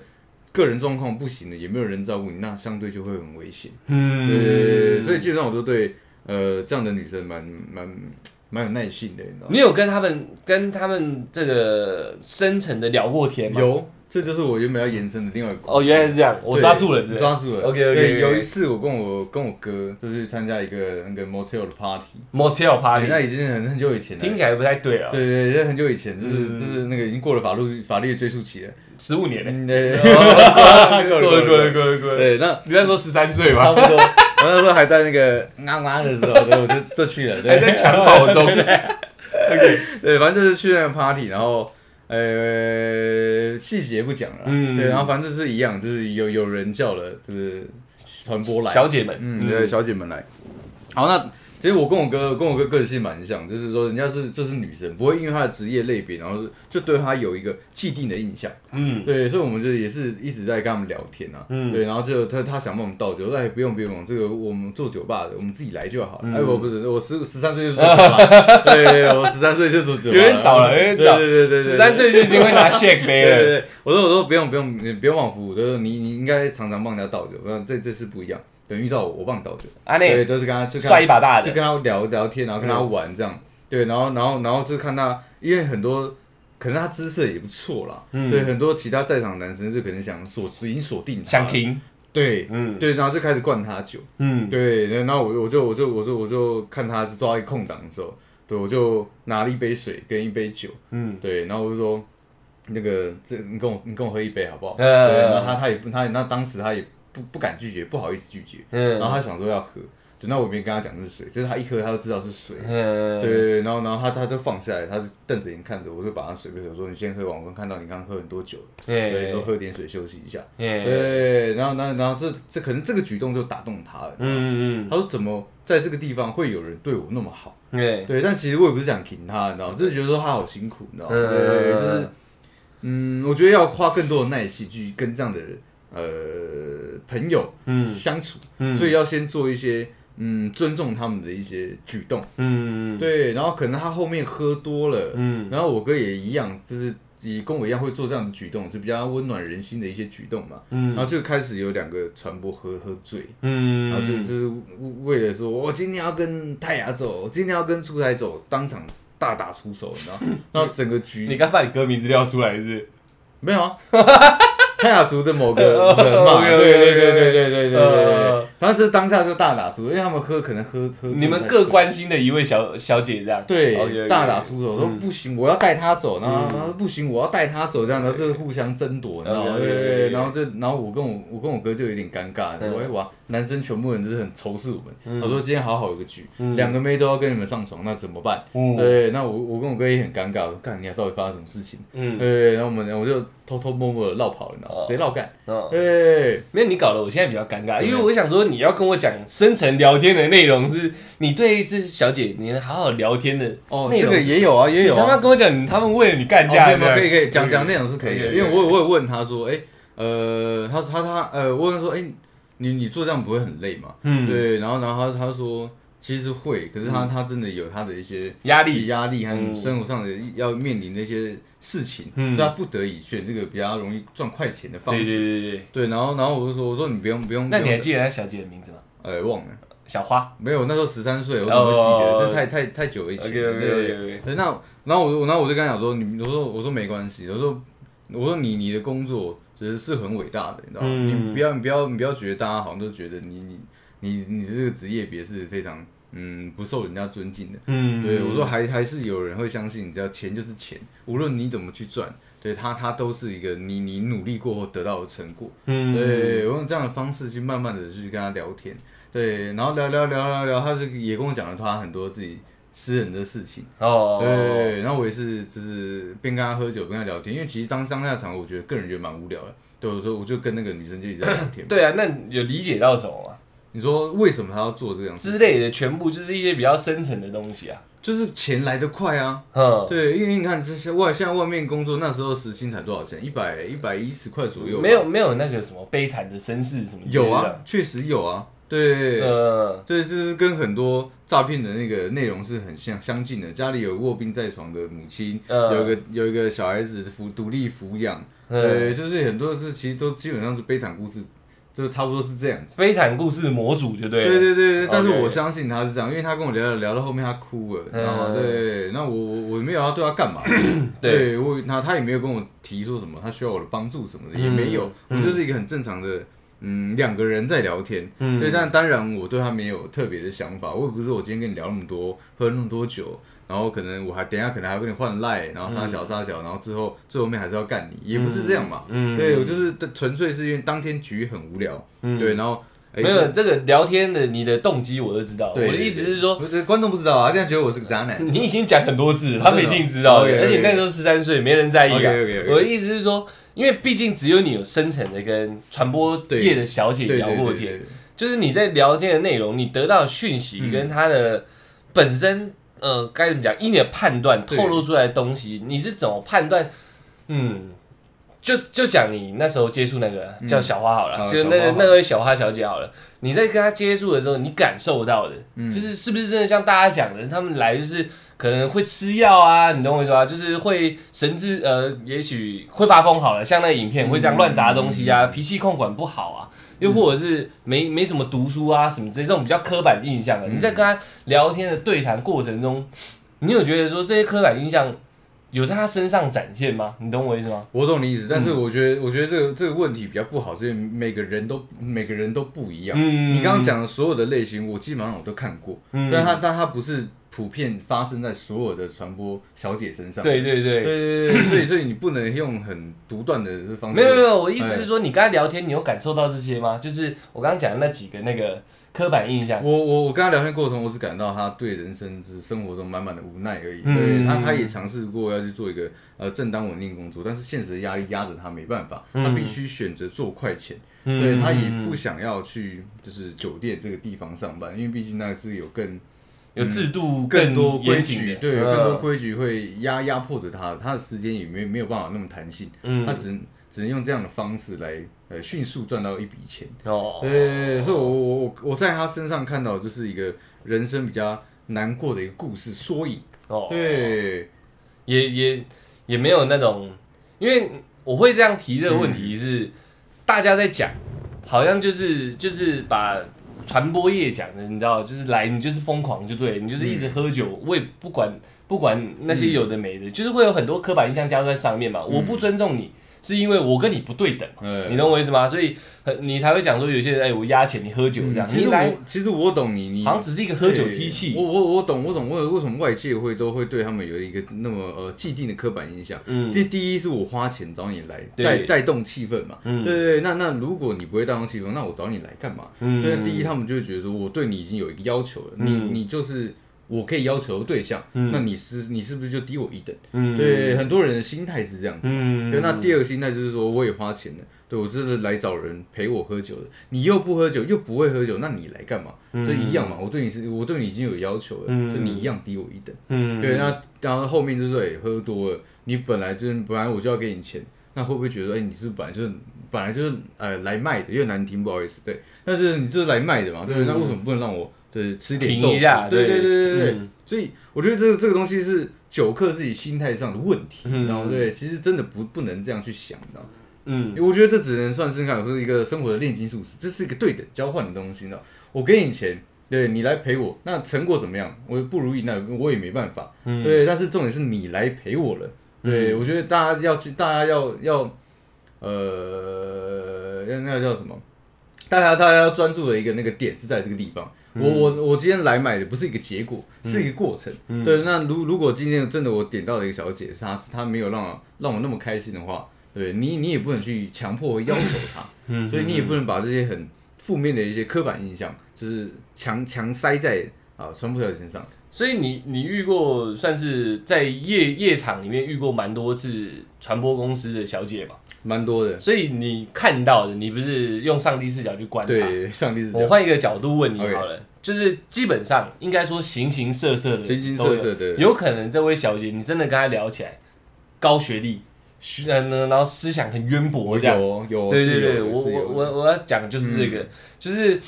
[SPEAKER 2] 个人状况不行的，也没有人照顾你，那相对就会很危险。对，
[SPEAKER 1] 嗯，
[SPEAKER 2] 所以基本上我都对呃这样的女生蛮蛮蛮有耐性的，你知道吗？
[SPEAKER 1] 你有跟他们跟他们这个深层的聊过天吗？
[SPEAKER 2] 有，这就是我原本要延伸的另外一个故
[SPEAKER 1] 哦，
[SPEAKER 2] 事。
[SPEAKER 1] 原来是这样，我
[SPEAKER 2] 对
[SPEAKER 1] 抓住了，是不是？
[SPEAKER 2] 抓住了。
[SPEAKER 1] OK，OK，OK
[SPEAKER 2] 对有一次我跟我跟我哥就是参加一个那个 motel 的 party，
[SPEAKER 1] motel
[SPEAKER 2] 对
[SPEAKER 1] party，
[SPEAKER 2] 那已经很很久以前了，
[SPEAKER 1] 听起来不太对啊，
[SPEAKER 2] 对对，对，很久以前，就是
[SPEAKER 1] 嗯
[SPEAKER 2] 就是那个已经过了法律法律的追溯期了。
[SPEAKER 1] 十五年嘞，
[SPEAKER 2] 嗯，对
[SPEAKER 1] 哦过了
[SPEAKER 2] 过了
[SPEAKER 1] 过了过
[SPEAKER 2] 过
[SPEAKER 1] 了
[SPEAKER 2] 了
[SPEAKER 1] 过了过了，
[SPEAKER 2] 对，那
[SPEAKER 1] 你在说十三岁吗？
[SPEAKER 2] 差不多。我那时候还在那个 啊啊的时候，对，我就就去了，
[SPEAKER 1] 还
[SPEAKER 2] 对
[SPEAKER 1] 在襁褓中，
[SPEAKER 2] 对，反正就是去那个 party，然后呃细节不讲了，
[SPEAKER 1] 嗯
[SPEAKER 2] 对，然后反正就是一样，就是有有人叫了，就是传播来，嗯
[SPEAKER 1] 小姐们，嗯
[SPEAKER 2] 嗯，对，小姐们来。好，那其实我跟我哥跟我哥个性蛮像，就是说人家是这是女生，不会因为她的职业类别，然后是就对她有一个既定的印象。
[SPEAKER 1] 嗯，
[SPEAKER 2] 对，所以我们就也是一直在跟他们聊天啊，
[SPEAKER 1] 嗯
[SPEAKER 2] 对，然后就他他想帮我们倒酒，我说哎不用不用，这个我们做酒吧的，我们自己来就好。
[SPEAKER 1] 嗯
[SPEAKER 2] 哎我不是我十十三岁就做酒吧， 对对，我十三岁就做酒吧，
[SPEAKER 1] 有点早了有点早
[SPEAKER 2] 对对对对，
[SPEAKER 1] 十三岁就已经会拿 shake
[SPEAKER 2] 对。
[SPEAKER 1] 杯
[SPEAKER 2] 对对
[SPEAKER 1] 了，
[SPEAKER 2] 对，我说我说不用不用，你不用帮我服务，就是你你应该常常帮人家倒酒，不然这这次不一样。等遇到我，我帮你倒酒，
[SPEAKER 1] 阿
[SPEAKER 2] 对，
[SPEAKER 1] 内
[SPEAKER 2] 都是跟他就跟他
[SPEAKER 1] 帅一把大
[SPEAKER 2] 就
[SPEAKER 1] 的，嗯
[SPEAKER 2] 跟他聊聊天，然后跟他玩这样，对，然后然后然后就看他，因为很多可能他姿色也不错啦，
[SPEAKER 1] 嗯
[SPEAKER 2] 对，很多其他在场男生就可能想锁已经锁定他，
[SPEAKER 1] 想，停，
[SPEAKER 2] 对
[SPEAKER 1] 嗯
[SPEAKER 2] 对，然后就开始灌他酒，
[SPEAKER 1] 嗯，
[SPEAKER 2] 对，然后我我就我就我就我就看他抓一个空档的时候，对，我就拿了一杯水跟一杯酒，
[SPEAKER 1] 嗯，
[SPEAKER 2] 对，然后我就说。那个，这你跟我你跟我喝一杯好不好？
[SPEAKER 1] 嗯
[SPEAKER 2] 对，然后他他也不他那当时他也不不敢拒绝，不好意思拒绝，
[SPEAKER 1] 嗯，
[SPEAKER 2] 然后他想说要喝，对，那我没跟他讲是水，就是他一喝他就知道是水，
[SPEAKER 1] 嗯，
[SPEAKER 2] 对对，对，然后然后他他就放下来，他就瞪着眼看着我，我就把他水杯我说你先喝完，我看到你刚刚喝很多酒了，对，
[SPEAKER 1] 对，
[SPEAKER 2] 说喝点水休息一下，
[SPEAKER 1] 嗯
[SPEAKER 2] 对，然后然后然后这这可能这个举动就打动他了，
[SPEAKER 1] 嗯嗯，
[SPEAKER 2] 他说怎么在这个地方会有人对我那么好？
[SPEAKER 1] 对，
[SPEAKER 2] 对，但其实我也不是想评他，你知道吗，就是觉得说他好辛苦，你知道吗？
[SPEAKER 1] 嗯
[SPEAKER 2] 对，就是嗯，我觉得要花更多的耐心去跟这样的人呃朋友
[SPEAKER 1] 嗯
[SPEAKER 2] 相处，
[SPEAKER 1] 嗯，
[SPEAKER 2] 所
[SPEAKER 1] 以
[SPEAKER 2] 以要先做一些嗯尊重他们的一些举动，
[SPEAKER 1] 嗯
[SPEAKER 2] 对，然后可能他后面喝多了，
[SPEAKER 1] 嗯
[SPEAKER 2] 然后我哥也一样，就是也跟我一样会做这样的举动，是比较温暖人心的一些举动嘛，然后
[SPEAKER 1] 嗯
[SPEAKER 2] 就开始有两个传播喝喝醉，
[SPEAKER 1] 嗯，
[SPEAKER 2] 然后就就是为了说我今天要跟泰雅走，我今天要跟出台走，当场大打出手，你 知道，然后整个局
[SPEAKER 1] 你刚把你歌名字撂出来是？
[SPEAKER 2] 没有啊，泰雅族的某个人嘛，
[SPEAKER 1] OK，OK，OK，OK
[SPEAKER 2] 对对对对对对对对对
[SPEAKER 1] 呃，
[SPEAKER 2] 然后这当下就大打出手，因为他们喝可能喝喝，
[SPEAKER 1] 你们各关心的一位小小姐这样，
[SPEAKER 2] 对
[SPEAKER 1] OK，OK，OK
[SPEAKER 2] 大打出手，说
[SPEAKER 1] 嗯
[SPEAKER 2] 不行，我要带他走，然后
[SPEAKER 1] 嗯
[SPEAKER 2] 然后不行，我要带他走，这样，然后就互相争夺，你知道吗？对
[SPEAKER 1] OK，OK，OK，OK
[SPEAKER 2] 对对，然后就然后我跟我我跟我哥就有点尴尬，
[SPEAKER 1] 嗯
[SPEAKER 2] 我哎哇，男生全部人就是很仇视我们，我说今天好好有个局，
[SPEAKER 1] 嗯
[SPEAKER 2] 两个妹都要跟你们上床，那怎么办？
[SPEAKER 1] 嗯
[SPEAKER 2] 对，那我我跟我哥也很尴尬，我说干你俩到底发生什么事情？
[SPEAKER 1] 嗯
[SPEAKER 2] 对，然后我们我就偷偷摸摸的绕跑了，你知道
[SPEAKER 1] 哦
[SPEAKER 2] 吗？直接绕干。
[SPEAKER 1] 嗯，
[SPEAKER 2] 对，
[SPEAKER 1] 没有你搞得我现在比较尴尬，
[SPEAKER 2] 怎么样
[SPEAKER 1] 因为我想说你要跟我讲深层聊天的内容是，你对这小姐你好好聊天的
[SPEAKER 2] 哦，
[SPEAKER 1] 内
[SPEAKER 2] 这
[SPEAKER 1] 容
[SPEAKER 2] 个
[SPEAKER 1] 是
[SPEAKER 2] 也有啊，也
[SPEAKER 1] 你
[SPEAKER 2] 有
[SPEAKER 1] 他妈
[SPEAKER 2] 啊。
[SPEAKER 1] 跟我讲，你他们为了你干
[SPEAKER 2] 哦
[SPEAKER 1] 架
[SPEAKER 2] 没
[SPEAKER 1] 的，
[SPEAKER 2] 有没有可以可以讲讲
[SPEAKER 1] 那
[SPEAKER 2] 内容是可以的，
[SPEAKER 1] 对
[SPEAKER 2] 因为我我也问他说，哎，呃，他他他呃，我问他说，哎，你你做这样不会很累吗？
[SPEAKER 1] 嗯
[SPEAKER 2] 对，然后然后他他说其实会，可是他他真的有他的一些
[SPEAKER 1] 压力，
[SPEAKER 2] 压力和
[SPEAKER 1] 嗯
[SPEAKER 2] 生活上的一要面临的一些事情，所
[SPEAKER 1] 嗯
[SPEAKER 2] 以他不得已选这个比较容易赚快钱的方
[SPEAKER 1] 对对
[SPEAKER 2] 式。
[SPEAKER 1] 对对对。
[SPEAKER 2] 对，然后然后我就说，我说你不用不用，
[SPEAKER 1] 那你
[SPEAKER 2] 不
[SPEAKER 1] 还
[SPEAKER 2] 用
[SPEAKER 1] 记得那小姐的名字吗？
[SPEAKER 2] 呃忘了。
[SPEAKER 1] 小花。
[SPEAKER 2] 没有，那时候十三岁，我怎么会记得？
[SPEAKER 1] 哦
[SPEAKER 2] 这太太太久以前了。对
[SPEAKER 1] OK。
[SPEAKER 2] 对，那然后我就然后我就跟他讲说，你我说我说没关系，我说我说你你的工作其实是很伟大的，你知道吗？
[SPEAKER 1] 嗯
[SPEAKER 2] 你不要你不要你不要觉得大家好像都觉得你你你你这个职业别是非常嗯不受人家尊敬的。
[SPEAKER 1] 嗯
[SPEAKER 2] 对，我说还还是有人会相信，只要钱就是钱，无论你怎么去赚，对他他都是一个你你努力过后得到的成果。
[SPEAKER 1] 嗯
[SPEAKER 2] 对，我用这样的方式去慢慢的去跟他聊天，对，然后聊聊聊聊聊，他是也跟我讲了他很多自己私人的事情，
[SPEAKER 1] 哦，
[SPEAKER 2] 对，然后我也是就是边跟他喝酒边跟他聊天，因为其实当当下场合我觉得个人觉得蛮无聊的，对，我说我就跟那个女生就一直在聊 天，
[SPEAKER 1] 对啊，那你有理解到什么吗？
[SPEAKER 2] 你说为什么他要做这样子？
[SPEAKER 1] 之类的，全部就是一些比较深层的东西啊。
[SPEAKER 2] 就是钱来得快啊，
[SPEAKER 1] 嗯，
[SPEAKER 2] 对，因为你看这些外现在外面工作那时候时薪才多少钱？一百一百一十块左右吧，
[SPEAKER 1] 没有没有那个什么悲惨的身世什么之类的
[SPEAKER 2] 有啊，，确实有啊，对，
[SPEAKER 1] 嗯
[SPEAKER 2] 对，这是跟很多诈骗的那个内容是很相相近的。家里有卧病在床的母亲，
[SPEAKER 1] 嗯
[SPEAKER 2] 有一个有一个小孩子抚独立抚养，
[SPEAKER 1] 嗯，
[SPEAKER 2] 对，就是很多事其实都基本上是悲惨故事，就差不多是这样子。
[SPEAKER 1] 悲惨故事模组就对了。
[SPEAKER 2] 对对对对，但是
[SPEAKER 1] OK
[SPEAKER 2] 我相信他是这样，因为他跟我聊聊到后面他哭了，
[SPEAKER 1] 嗯
[SPEAKER 2] 然后对，那我我我没有要对他 干嘛，
[SPEAKER 1] 对
[SPEAKER 2] 对我那他也没有跟我提说什么，他需要我的帮助什么的也
[SPEAKER 1] 嗯
[SPEAKER 2] 没有，我
[SPEAKER 1] 嗯
[SPEAKER 2] 们就是一个很正常的，嗯，两个人在聊天，
[SPEAKER 1] 嗯
[SPEAKER 2] 对，但当然我对他没有特别的想法，我也不是我今天跟你聊那么多，喝那么多酒，然后可能我还等一下可能还跟你换赖，然后撒小撒小，然后之后最后面还是要干你，也不是这样嘛。
[SPEAKER 1] 嗯，
[SPEAKER 2] 对我就是纯粹是因为当天局很无聊，
[SPEAKER 1] 嗯
[SPEAKER 2] 对，然后哎
[SPEAKER 1] 没有这个聊天的你的动机我都知道。我
[SPEAKER 2] 对
[SPEAKER 1] 的意思是说，嗯
[SPEAKER 2] 不是观众不知道啊，现在觉得我是个渣男。
[SPEAKER 1] 你已经讲很多次了，他们一定知道的。
[SPEAKER 2] OK，OK，OK
[SPEAKER 1] 而且那时候十三岁，没人在意啊。
[SPEAKER 2] 哦 OK，OK，OK
[SPEAKER 1] 我的意思是说，因为毕竟只有你有深层的跟传播业的小姐
[SPEAKER 2] 对
[SPEAKER 1] 聊
[SPEAKER 2] 对
[SPEAKER 1] 过
[SPEAKER 2] 对
[SPEAKER 1] 天，
[SPEAKER 2] 对，
[SPEAKER 1] 就是你在聊天的内容，你得到的讯息
[SPEAKER 2] 嗯
[SPEAKER 1] 跟他的本身，呃，该怎么讲？以你的判断
[SPEAKER 2] 对
[SPEAKER 1] 透露出来的东西，你是怎么判断？嗯，就就讲你那时候接触那个
[SPEAKER 2] 嗯
[SPEAKER 1] 叫小花好了，
[SPEAKER 2] 好
[SPEAKER 1] 就是那
[SPEAKER 2] 小花
[SPEAKER 1] 个
[SPEAKER 2] 好
[SPEAKER 1] 那位小花小姐好了，你在跟她接触的时候，你感受到的，
[SPEAKER 2] 嗯
[SPEAKER 1] 就是是不是真的像大家讲的，他们来就是。可能会吃药啊，你懂我意思吧？就是会神志呃，也许会发疯好了，像那影片会这样乱砸东西
[SPEAKER 2] 嗯
[SPEAKER 1] 啊，脾气控管不好啊，又或者是没没什么读书啊什么之类这种比较刻板印象的。啊
[SPEAKER 2] 嗯
[SPEAKER 1] 你在跟他聊天的对谈过程中，你有觉得说这些刻板印象有在他身上展现吗？你懂我意思吗？
[SPEAKER 2] 我懂你意思，
[SPEAKER 1] 嗯
[SPEAKER 2] 但是我觉得，我觉得这个这个问题比较不好，是因为每个人都每个人都不一样。
[SPEAKER 1] 嗯
[SPEAKER 2] 你刚刚讲的所有的类型，我基本上我都看过，
[SPEAKER 1] 嗯
[SPEAKER 2] 但它但它不是普遍发生在所有的传播小姐身上。
[SPEAKER 1] 对对对，
[SPEAKER 2] 嗯对对对对，所以所以你不能用很独断的这方式。
[SPEAKER 1] 没有没有没有，我意思是说，你跟他聊天，你有感受到这些吗？就是我刚刚讲的那几个那个刻板印象，
[SPEAKER 2] 我我我跟他聊天过程，我只感到他对人生就是生活中满满的无奈而已。
[SPEAKER 1] 嗯
[SPEAKER 2] 对他，他也尝试过要去做一个呃正当稳定工作，但是现实的压力压着他没办法，他必须选择做快钱。
[SPEAKER 1] 嗯
[SPEAKER 2] 对他也不想要去就是酒店这个地方上班，因为毕竟那是有更
[SPEAKER 1] 有制度
[SPEAKER 2] 嗯多规
[SPEAKER 1] 严谨
[SPEAKER 2] 矩，
[SPEAKER 1] 的，
[SPEAKER 2] 对，有
[SPEAKER 1] 嗯
[SPEAKER 2] 更多规矩会压压迫着他，他的时间也没没有办法那么弹性，他
[SPEAKER 1] 嗯
[SPEAKER 2] 只能只能用这样的方式来呃迅速赚到一笔钱。
[SPEAKER 1] 哦，
[SPEAKER 2] 对对对，对所以我我我我在他身上看到的就是一个人生比较难过的一个故事缩影。
[SPEAKER 1] 哦，
[SPEAKER 2] 对，
[SPEAKER 1] 也也也没有那种，因为我会这样提这个问
[SPEAKER 2] 嗯
[SPEAKER 1] 题是，大家在讲，好像就是就是把传播业讲的，你知道，就是来你就是疯狂就对，你就是
[SPEAKER 2] 嗯
[SPEAKER 1] 一直喝酒，我也不管不管那些有的没的，就是会有很多刻板印象加入在上面嘛，我不尊重你。是因为我跟你不对等嘛，
[SPEAKER 2] 嗯
[SPEAKER 1] 你懂我意思吗？所以很你才会讲说有些人哎，我压钱你喝酒这样，
[SPEAKER 2] 嗯其
[SPEAKER 1] 你
[SPEAKER 2] 实
[SPEAKER 1] 来
[SPEAKER 2] 我其实我懂你，你
[SPEAKER 1] 好像只是一个喝酒机器
[SPEAKER 2] 对。我我我懂，我懂，为为什么外界会都会对他们有一个那么呃既定的刻板印象。
[SPEAKER 1] 嗯
[SPEAKER 2] 第、第一是我花钱找你来
[SPEAKER 1] 对
[SPEAKER 2] 带带动气氛嘛，
[SPEAKER 1] 嗯
[SPEAKER 2] 对对对。那那如果你不会带动气氛，那我找你来干嘛？
[SPEAKER 1] 嗯
[SPEAKER 2] 所以第一他们就会觉得说我对你已经有一个要求了，
[SPEAKER 1] 嗯
[SPEAKER 2] 你你就是我可以要求的对象，那你是你是不是就低我一等？
[SPEAKER 1] 嗯
[SPEAKER 2] 对，很多人的心态是这样子。
[SPEAKER 1] 嗯
[SPEAKER 2] 对，那第二个心态就是说，我也花钱了，对我这是来找人陪我喝酒的，你又不喝酒，又不会喝酒，那你来干嘛？这一样嘛，我对你是，我对你已经有要求了，
[SPEAKER 1] 嗯
[SPEAKER 2] 所以你一样低我一等。
[SPEAKER 1] 嗯
[SPEAKER 2] 对，那当然后面就是说，哎、喝多了，你本来就是本来我就要给你钱，那会不会觉得，哎、你是不是本来就是本来就是呃来卖的，越难听，不好意思，对，但是你就是来卖的嘛，对，
[SPEAKER 1] 嗯
[SPEAKER 2] 那为什么不能让我就是吃点
[SPEAKER 1] 停
[SPEAKER 2] 豆腐
[SPEAKER 1] 一下
[SPEAKER 2] 对
[SPEAKER 1] 对
[SPEAKER 2] 对对对对，
[SPEAKER 1] 嗯
[SPEAKER 2] 所以我觉得这个这个东西是酒客自己心态上的问题，
[SPEAKER 1] 嗯
[SPEAKER 2] 然后对，其实真的不不能这样去想，你知道吗？
[SPEAKER 1] 嗯，
[SPEAKER 2] 我觉得这只能算是看是一个生活的炼金术士，这是一个对等交换的东西，你知道？我给你钱，对你来陪我，那成果怎么样？我不如意，那我也没办法。
[SPEAKER 1] 嗯
[SPEAKER 2] 对，但是重点是你来陪我了。对，我觉得大家要去，大家要要，呃，要那个叫什么？大家大家要专注的一个那个点是在这个地方。我
[SPEAKER 1] 嗯
[SPEAKER 2] 我我今天来买的不是一个结果，是一个过程。
[SPEAKER 1] 嗯
[SPEAKER 2] 对，那如如果今天真的我点到了一个小姐，是她是她没有让我让我那么开心的话，对你你也不能去强迫和要求
[SPEAKER 1] 嗯
[SPEAKER 2] 她，所以你也不能把这些很负面的一些刻板印象，就是强强塞在啊传播小姐身上。
[SPEAKER 1] 所以你你遇过算是在夜夜场里面遇过蛮多次传播公司的小姐嘛？
[SPEAKER 2] 蛮多的。
[SPEAKER 1] 所以你看到的，你不是用上帝视角去观察？
[SPEAKER 2] 对，上帝是这
[SPEAKER 1] 我
[SPEAKER 2] 样，
[SPEAKER 1] 换一个角度问你
[SPEAKER 2] OK
[SPEAKER 1] 好了就是基本上应该说形形色色的，
[SPEAKER 2] 形形色色的
[SPEAKER 1] 有可能这位小姐你真的跟她聊起来，高学历，学呃然后思想很渊博
[SPEAKER 2] 我
[SPEAKER 1] 这样，
[SPEAKER 2] 有有，
[SPEAKER 1] 对对
[SPEAKER 2] 是有
[SPEAKER 1] 对，
[SPEAKER 2] 的
[SPEAKER 1] 我
[SPEAKER 2] 是有
[SPEAKER 1] 我
[SPEAKER 2] 的嗯
[SPEAKER 1] 我我要讲的就是这个，就是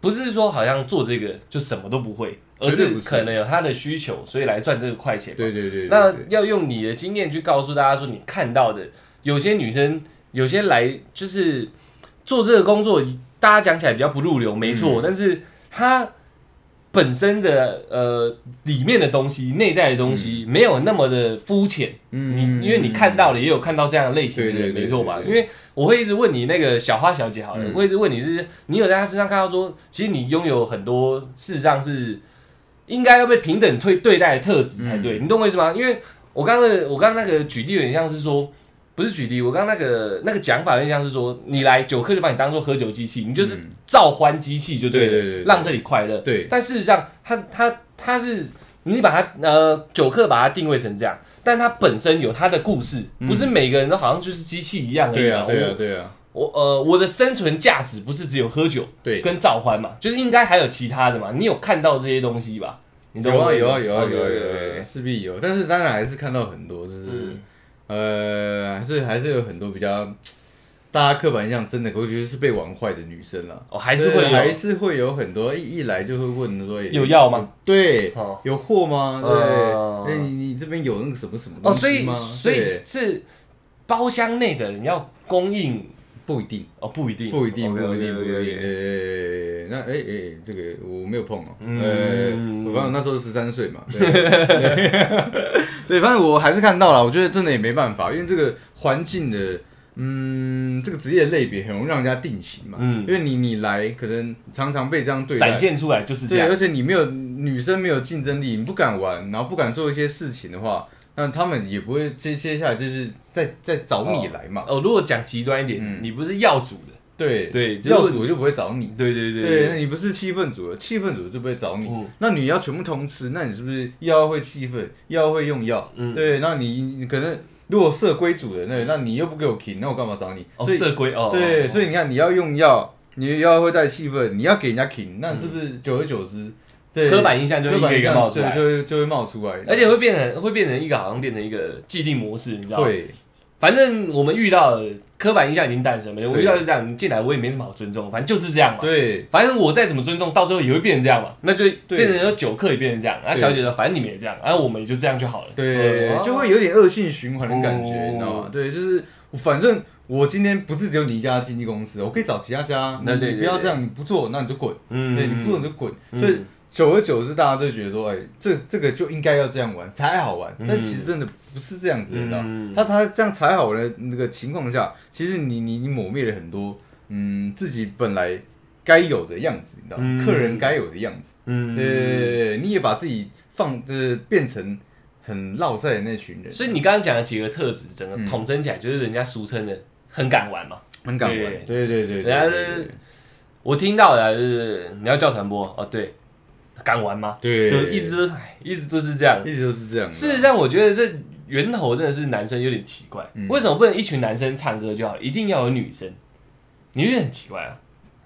[SPEAKER 1] 不是 说好像做这个就什么都不会，而
[SPEAKER 2] 绝对
[SPEAKER 1] 是
[SPEAKER 2] 不是
[SPEAKER 1] 可能有他的需求，所以来赚这个快钱嘛。
[SPEAKER 2] 对对对，对
[SPEAKER 1] 那
[SPEAKER 2] 对
[SPEAKER 1] 要用你的经验去告诉大家说，你看到的有些女生，有些来就是做这个工作，大家讲起来比较不入流，没
[SPEAKER 2] 嗯
[SPEAKER 1] 错，但是她本身的呃里面的东西、内在的东西、没有那么的肤浅。
[SPEAKER 2] 嗯，
[SPEAKER 1] 你因为你看到了，也有看到这样的类型的
[SPEAKER 2] 对
[SPEAKER 1] 人，
[SPEAKER 2] 对对
[SPEAKER 1] 没错吧？
[SPEAKER 2] 对
[SPEAKER 1] 因
[SPEAKER 2] 对
[SPEAKER 1] 为我会一直问你那个小花小姐好了，
[SPEAKER 2] 嗯
[SPEAKER 1] 我一直问你是，你有在她身上看到说，其实你拥有很多事实上是应该要被平等对对待的特质才
[SPEAKER 2] 嗯
[SPEAKER 1] 对，你懂我意思吗？因为我刚刚的我刚刚那个举例有点像是说，不是举例，我刚刚那个那个讲法有点像是说，你来酒客就把你当做喝酒机器，你就是召唤机器就对了，
[SPEAKER 2] 嗯对对对对
[SPEAKER 1] 让这里快乐。
[SPEAKER 2] 对
[SPEAKER 1] 但事实上，他他他是你把他呃酒客把它定位成这样，但他本身有他的故事，不是每个人都好像就是机器一样而已
[SPEAKER 2] 嗯对
[SPEAKER 1] 嘛
[SPEAKER 2] 啊对啊对啊，
[SPEAKER 1] 我呃我的生存价值不是只有喝酒
[SPEAKER 2] 对
[SPEAKER 1] 跟召唤嘛，就是应该还有其他的嘛。你有看到这些东西吧？你懂
[SPEAKER 2] 有
[SPEAKER 1] 我
[SPEAKER 2] 啊
[SPEAKER 1] 意思
[SPEAKER 2] 有
[SPEAKER 1] 吗
[SPEAKER 2] 啊
[SPEAKER 1] 哦
[SPEAKER 2] 有啊有啊
[SPEAKER 1] 对对
[SPEAKER 2] 有啊
[SPEAKER 1] 对
[SPEAKER 2] 有啊，
[SPEAKER 1] 对
[SPEAKER 2] 势必有，但是当然还是看到很多，就是
[SPEAKER 1] 嗯
[SPEAKER 2] 呃，还是还是有很多比较大家刻板印象，真的我觉得是被玩坏的女生啦，
[SPEAKER 1] 哦还是会
[SPEAKER 2] 对还
[SPEAKER 1] 有
[SPEAKER 2] 是会有很多一一来就会问说
[SPEAKER 1] 有药吗？
[SPEAKER 2] 对
[SPEAKER 1] 哦，
[SPEAKER 2] 有货吗？
[SPEAKER 1] 哦
[SPEAKER 2] 对，那你你这边有那个什么什么
[SPEAKER 1] 哦，
[SPEAKER 2] 东
[SPEAKER 1] 所
[SPEAKER 2] 西
[SPEAKER 1] 以
[SPEAKER 2] 吗？
[SPEAKER 1] 所以
[SPEAKER 2] 对
[SPEAKER 1] 是包厢内的人要供应
[SPEAKER 2] 不一定，
[SPEAKER 1] 哦，不一定，哦
[SPEAKER 2] 不一定，
[SPEAKER 1] OK，OK，OK，
[SPEAKER 2] 不一定，不一
[SPEAKER 1] OK，OK，OK
[SPEAKER 2] 定。呃，那哎哎，这个我没有碰哦。
[SPEAKER 1] 嗯
[SPEAKER 2] 呃，我反正那时候十三岁嘛。对， 对反正我还是看到了，我觉得真的也没办法，因为这个环境的。嗯，这个职业类别很容易让人家定型嘛，
[SPEAKER 1] 嗯
[SPEAKER 2] 因为你你来可能常常被这样对待
[SPEAKER 1] 展，现啊出来就是这
[SPEAKER 2] 对，
[SPEAKER 1] 样
[SPEAKER 2] 而。且你没有女生没有竞争力，你不敢玩，然后不敢做一些事情的话，那他们也不会接接下来就是再再找你来嘛，
[SPEAKER 1] 哦，如果讲极端一点，
[SPEAKER 2] 嗯
[SPEAKER 1] 你不是药主的，
[SPEAKER 2] 对
[SPEAKER 1] 对就是
[SPEAKER 2] 要组就不会找你，
[SPEAKER 1] 对对
[SPEAKER 2] 对，那你不是气氛组的，气氛组就不会找你。
[SPEAKER 1] 嗯
[SPEAKER 2] 那你要全部通吃，那你是不是又要会气氛，又要会用药？
[SPEAKER 1] 嗯
[SPEAKER 2] 对，那你你可能如果社规组的那，那你又不给我停，那我干嘛找你？
[SPEAKER 1] 哦，
[SPEAKER 2] 所以
[SPEAKER 1] 社规哦，
[SPEAKER 2] 对，
[SPEAKER 1] 哦
[SPEAKER 2] 所以你看你要用药，你又要会带气氛，你要给人家停，那是不是久而久之，对
[SPEAKER 1] 嗯刻板印象就一
[SPEAKER 2] 刻板
[SPEAKER 1] 个一
[SPEAKER 2] 印
[SPEAKER 1] 个
[SPEAKER 2] 象
[SPEAKER 1] 冒出
[SPEAKER 2] 对
[SPEAKER 1] 来
[SPEAKER 2] 就，会就会冒出来，
[SPEAKER 1] 而且会变成会变成一个好像变成一个既定模式，你知道吗？
[SPEAKER 2] 会
[SPEAKER 1] 反正我们遇到的刻板印象已经诞生了，我
[SPEAKER 2] 对
[SPEAKER 1] 遇到就这样，你进来我也没什么好尊重，反正就是这样嘛。
[SPEAKER 2] 对
[SPEAKER 1] 反正我再怎么尊重，到最后也会变成这样嘛。那就
[SPEAKER 2] 对
[SPEAKER 1] 变成说酒客也变成这样，然后
[SPEAKER 2] 对
[SPEAKER 1] 小姐说反正你们也这样，然后我们也就这样就好了。
[SPEAKER 2] 对，
[SPEAKER 1] 嗯
[SPEAKER 2] 就会有点恶性循环的感觉，
[SPEAKER 1] 哦
[SPEAKER 2] 你知道吗？对，就是我反正我今天不是只有你一家经纪公司，我可以找其他家。
[SPEAKER 1] 那
[SPEAKER 2] 你
[SPEAKER 1] 对对
[SPEAKER 2] 你不要这样，你不做，那你就滚。
[SPEAKER 1] 嗯
[SPEAKER 2] 对，你不做你就滚。所以
[SPEAKER 1] 嗯
[SPEAKER 2] 久而久之，大家都觉得说，哎，这这个就应该要这样玩才好玩。
[SPEAKER 1] 嗯
[SPEAKER 2] 但其实真的不是这样子的，你知道
[SPEAKER 1] 嗯
[SPEAKER 2] 吗？他他这样才好玩的那个情况下，其实你你你抹灭了很多，嗯，自己本来该有的样子，你知道
[SPEAKER 1] 嗯
[SPEAKER 2] 吗？客人该有的样子。
[SPEAKER 1] 嗯
[SPEAKER 2] 对，你也把自己放就是变成很落塞的那群人，
[SPEAKER 1] 所以你刚刚讲的几个特质，整个
[SPEAKER 2] 嗯
[SPEAKER 1] 统称起来就是人家俗称的很敢玩嘛。
[SPEAKER 2] 很敢
[SPEAKER 1] 对
[SPEAKER 2] 玩，对对对，对
[SPEAKER 1] 人家
[SPEAKER 2] 对
[SPEAKER 1] 是我听到的啊就是你要叫传播哦，对，敢玩吗？
[SPEAKER 2] 对，嗯
[SPEAKER 1] 就
[SPEAKER 2] 对
[SPEAKER 1] 一直都是哎一直都是这样。
[SPEAKER 2] 一直都是这样的，
[SPEAKER 1] 事实上，我觉得这源头真的是男生有点奇怪，
[SPEAKER 2] 嗯
[SPEAKER 1] 为什么不能一群男生唱歌就好，一定要有女生？你觉得很奇怪啊？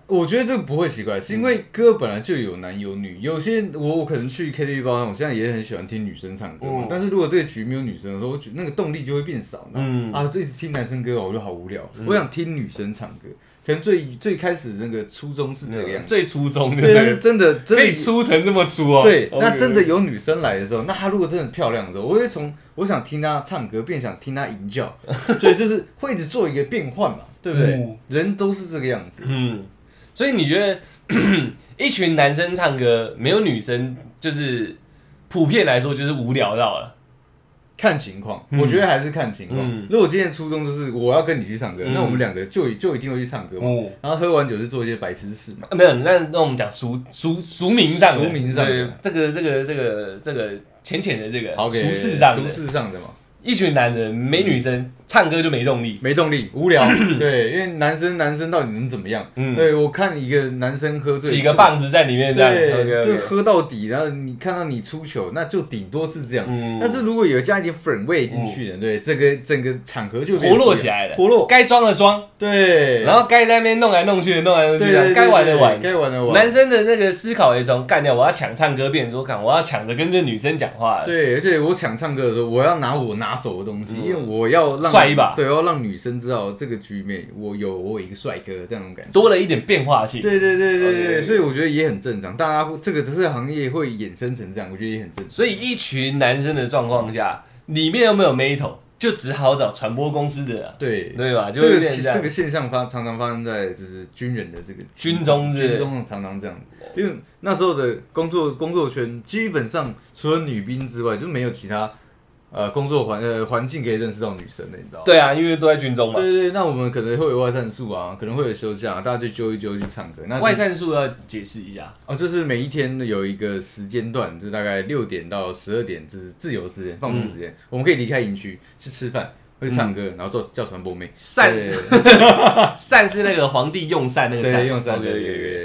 [SPEAKER 2] 我觉得这个不会奇怪，是因为歌本来就有男有女。有些我我可能去 KTV 包厢，我现在也很喜欢听女生唱歌嘛。
[SPEAKER 1] 嗯
[SPEAKER 2] 但是如果这个局没有女生的时候，我觉得那个动力就会变少。
[SPEAKER 1] 嗯
[SPEAKER 2] 嗯啊，就一直听男生歌，我就好无聊。我想听女生唱歌，可能最最开始那个初衷是这个样子。
[SPEAKER 1] 最初中
[SPEAKER 2] 对，但
[SPEAKER 1] 对
[SPEAKER 2] 是
[SPEAKER 1] 不
[SPEAKER 2] 真的
[SPEAKER 1] 对，
[SPEAKER 2] 真
[SPEAKER 1] 可
[SPEAKER 2] 的
[SPEAKER 1] 以粗成这么粗哦。
[SPEAKER 2] 对，
[SPEAKER 1] OK，
[SPEAKER 2] 那真的有女生来的时候，那她如果真的很漂亮的时候，我会从我想听她唱歌，变想听她吟叫， 对，就是会一直做一个变换嘛，对不对？
[SPEAKER 1] 嗯
[SPEAKER 2] 人都是这个样子，
[SPEAKER 1] 嗯，所以你觉得 一群男生唱歌没有女生，就是普遍来说就是无聊到了。
[SPEAKER 2] 看情况，
[SPEAKER 1] 嗯
[SPEAKER 2] 我觉得还是看情况。
[SPEAKER 1] 嗯
[SPEAKER 2] 如果今天初衷就是我要跟你去唱歌，
[SPEAKER 1] 嗯
[SPEAKER 2] 那我们两个就就一定会去唱歌嘛。
[SPEAKER 1] 哦，
[SPEAKER 2] 然后喝完酒就做一些白痴事嘛，
[SPEAKER 1] 啊没有，那那我们讲俗俗俗名上的，
[SPEAKER 2] 俗名上的
[SPEAKER 1] 对这个这个这个这个浅浅的这个
[SPEAKER 2] 好
[SPEAKER 1] 俗世上
[SPEAKER 2] 俗
[SPEAKER 1] 的，
[SPEAKER 2] 世上的嘛，
[SPEAKER 1] 一群男人没女生唱歌就没动力。
[SPEAKER 2] 没动力，无聊。对，因为男生男生到底能怎么样？
[SPEAKER 1] 嗯
[SPEAKER 2] 对我看一个男生喝醉
[SPEAKER 1] 几个
[SPEAKER 2] 就
[SPEAKER 1] 棒子在里面这样
[SPEAKER 2] 对，
[SPEAKER 1] ，OK，OK
[SPEAKER 2] 就喝到底，然后你看到你出糗，那就顶多是这样。
[SPEAKER 1] 嗯
[SPEAKER 2] 但是如果有加一点粉味进去的，对，这个整个场合就有点
[SPEAKER 1] 活络
[SPEAKER 2] 不一样
[SPEAKER 1] 起来了
[SPEAKER 2] 活络。
[SPEAKER 1] 该装的装，
[SPEAKER 2] 对，
[SPEAKER 1] 然后该在那边弄来弄去的弄来弄
[SPEAKER 2] 对
[SPEAKER 1] 去
[SPEAKER 2] 对
[SPEAKER 1] 这样，
[SPEAKER 2] 对
[SPEAKER 1] 该玩的
[SPEAKER 2] 对
[SPEAKER 1] 玩。
[SPEAKER 2] 该玩的玩。
[SPEAKER 1] 男生的那个思考也从干掉，我要抢唱歌变成说干，我要抢着跟这女生讲话。，
[SPEAKER 2] 对，而且我想唱歌的时候，我要拿我拿手的东西，
[SPEAKER 1] 嗯
[SPEAKER 2] 因为我要让
[SPEAKER 1] 帅一把
[SPEAKER 2] 对，要让女生知道这个局面我有我有一个帅哥这样的感觉。
[SPEAKER 1] 多了一点变化性。
[SPEAKER 2] 对对对对
[SPEAKER 1] OK
[SPEAKER 2] 对，所以我觉得也很正常，大家会这个这个行业会衍生成这样，我觉得也很正常。
[SPEAKER 1] 所以一群男生的状况下，里面又没有 mate，就只好找传播公司的人啊，
[SPEAKER 2] 对
[SPEAKER 1] 对吧？就
[SPEAKER 2] 这
[SPEAKER 1] 会
[SPEAKER 2] 个
[SPEAKER 1] 变成
[SPEAKER 2] 其实
[SPEAKER 1] 这
[SPEAKER 2] 这
[SPEAKER 1] 样
[SPEAKER 2] 个。现象发常常发生在就是军人的这个
[SPEAKER 1] 军中是不是
[SPEAKER 2] 军中常常这样，因为那时候的工作工作圈基本上除了女兵之外，就没有其他呃工作环呃环境可以认识到女生的，你知道吗？
[SPEAKER 1] 对啊，因为都在军中嘛
[SPEAKER 2] 对。对对，那我们可能会有外战术啊，可能会有休假、大家就揪一揪去唱歌。那
[SPEAKER 1] 外战术要解释一下，
[SPEAKER 2] 哦，就是每一天有一个时间段，就大概六点到十二点，就是自由时间、放
[SPEAKER 1] 嗯
[SPEAKER 2] 松时间，我们可以离开营区去吃饭、会唱歌，然后做叫传播妹。
[SPEAKER 1] 散
[SPEAKER 2] 对
[SPEAKER 1] 善是那个皇帝用善那个善，
[SPEAKER 2] 对，用三
[SPEAKER 1] OK，
[SPEAKER 2] 对对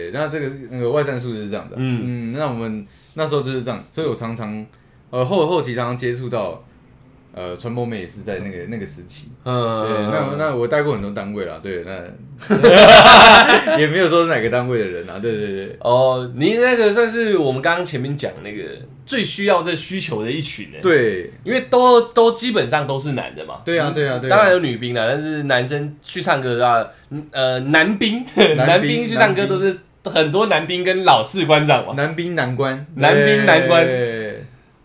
[SPEAKER 1] OK，OK
[SPEAKER 2] 对。那这个那个外战术就是这样的、啊嗯嗯，那我们那时候就是这样，所以我常常呃后后期常常接触到呃，川波妹也是在那个那个时期。对，
[SPEAKER 1] 嗯，
[SPEAKER 2] 那那我带过很多单位啦，对，那 也没有说是哪个单位的人啊，对对对，
[SPEAKER 1] 哦，你那个算是我们刚刚前面讲那个最需要这需求的一群人，，
[SPEAKER 2] 对
[SPEAKER 1] 因为都都基本上都是男的嘛。
[SPEAKER 2] 对啊对啊对啊，
[SPEAKER 1] 当然有女兵啦，但是男生去唱歌的话，嗯呃，男 兵男兵去唱歌都是很多男兵跟老士官长嘛，
[SPEAKER 2] 男兵难关，
[SPEAKER 1] 男兵难关
[SPEAKER 2] 对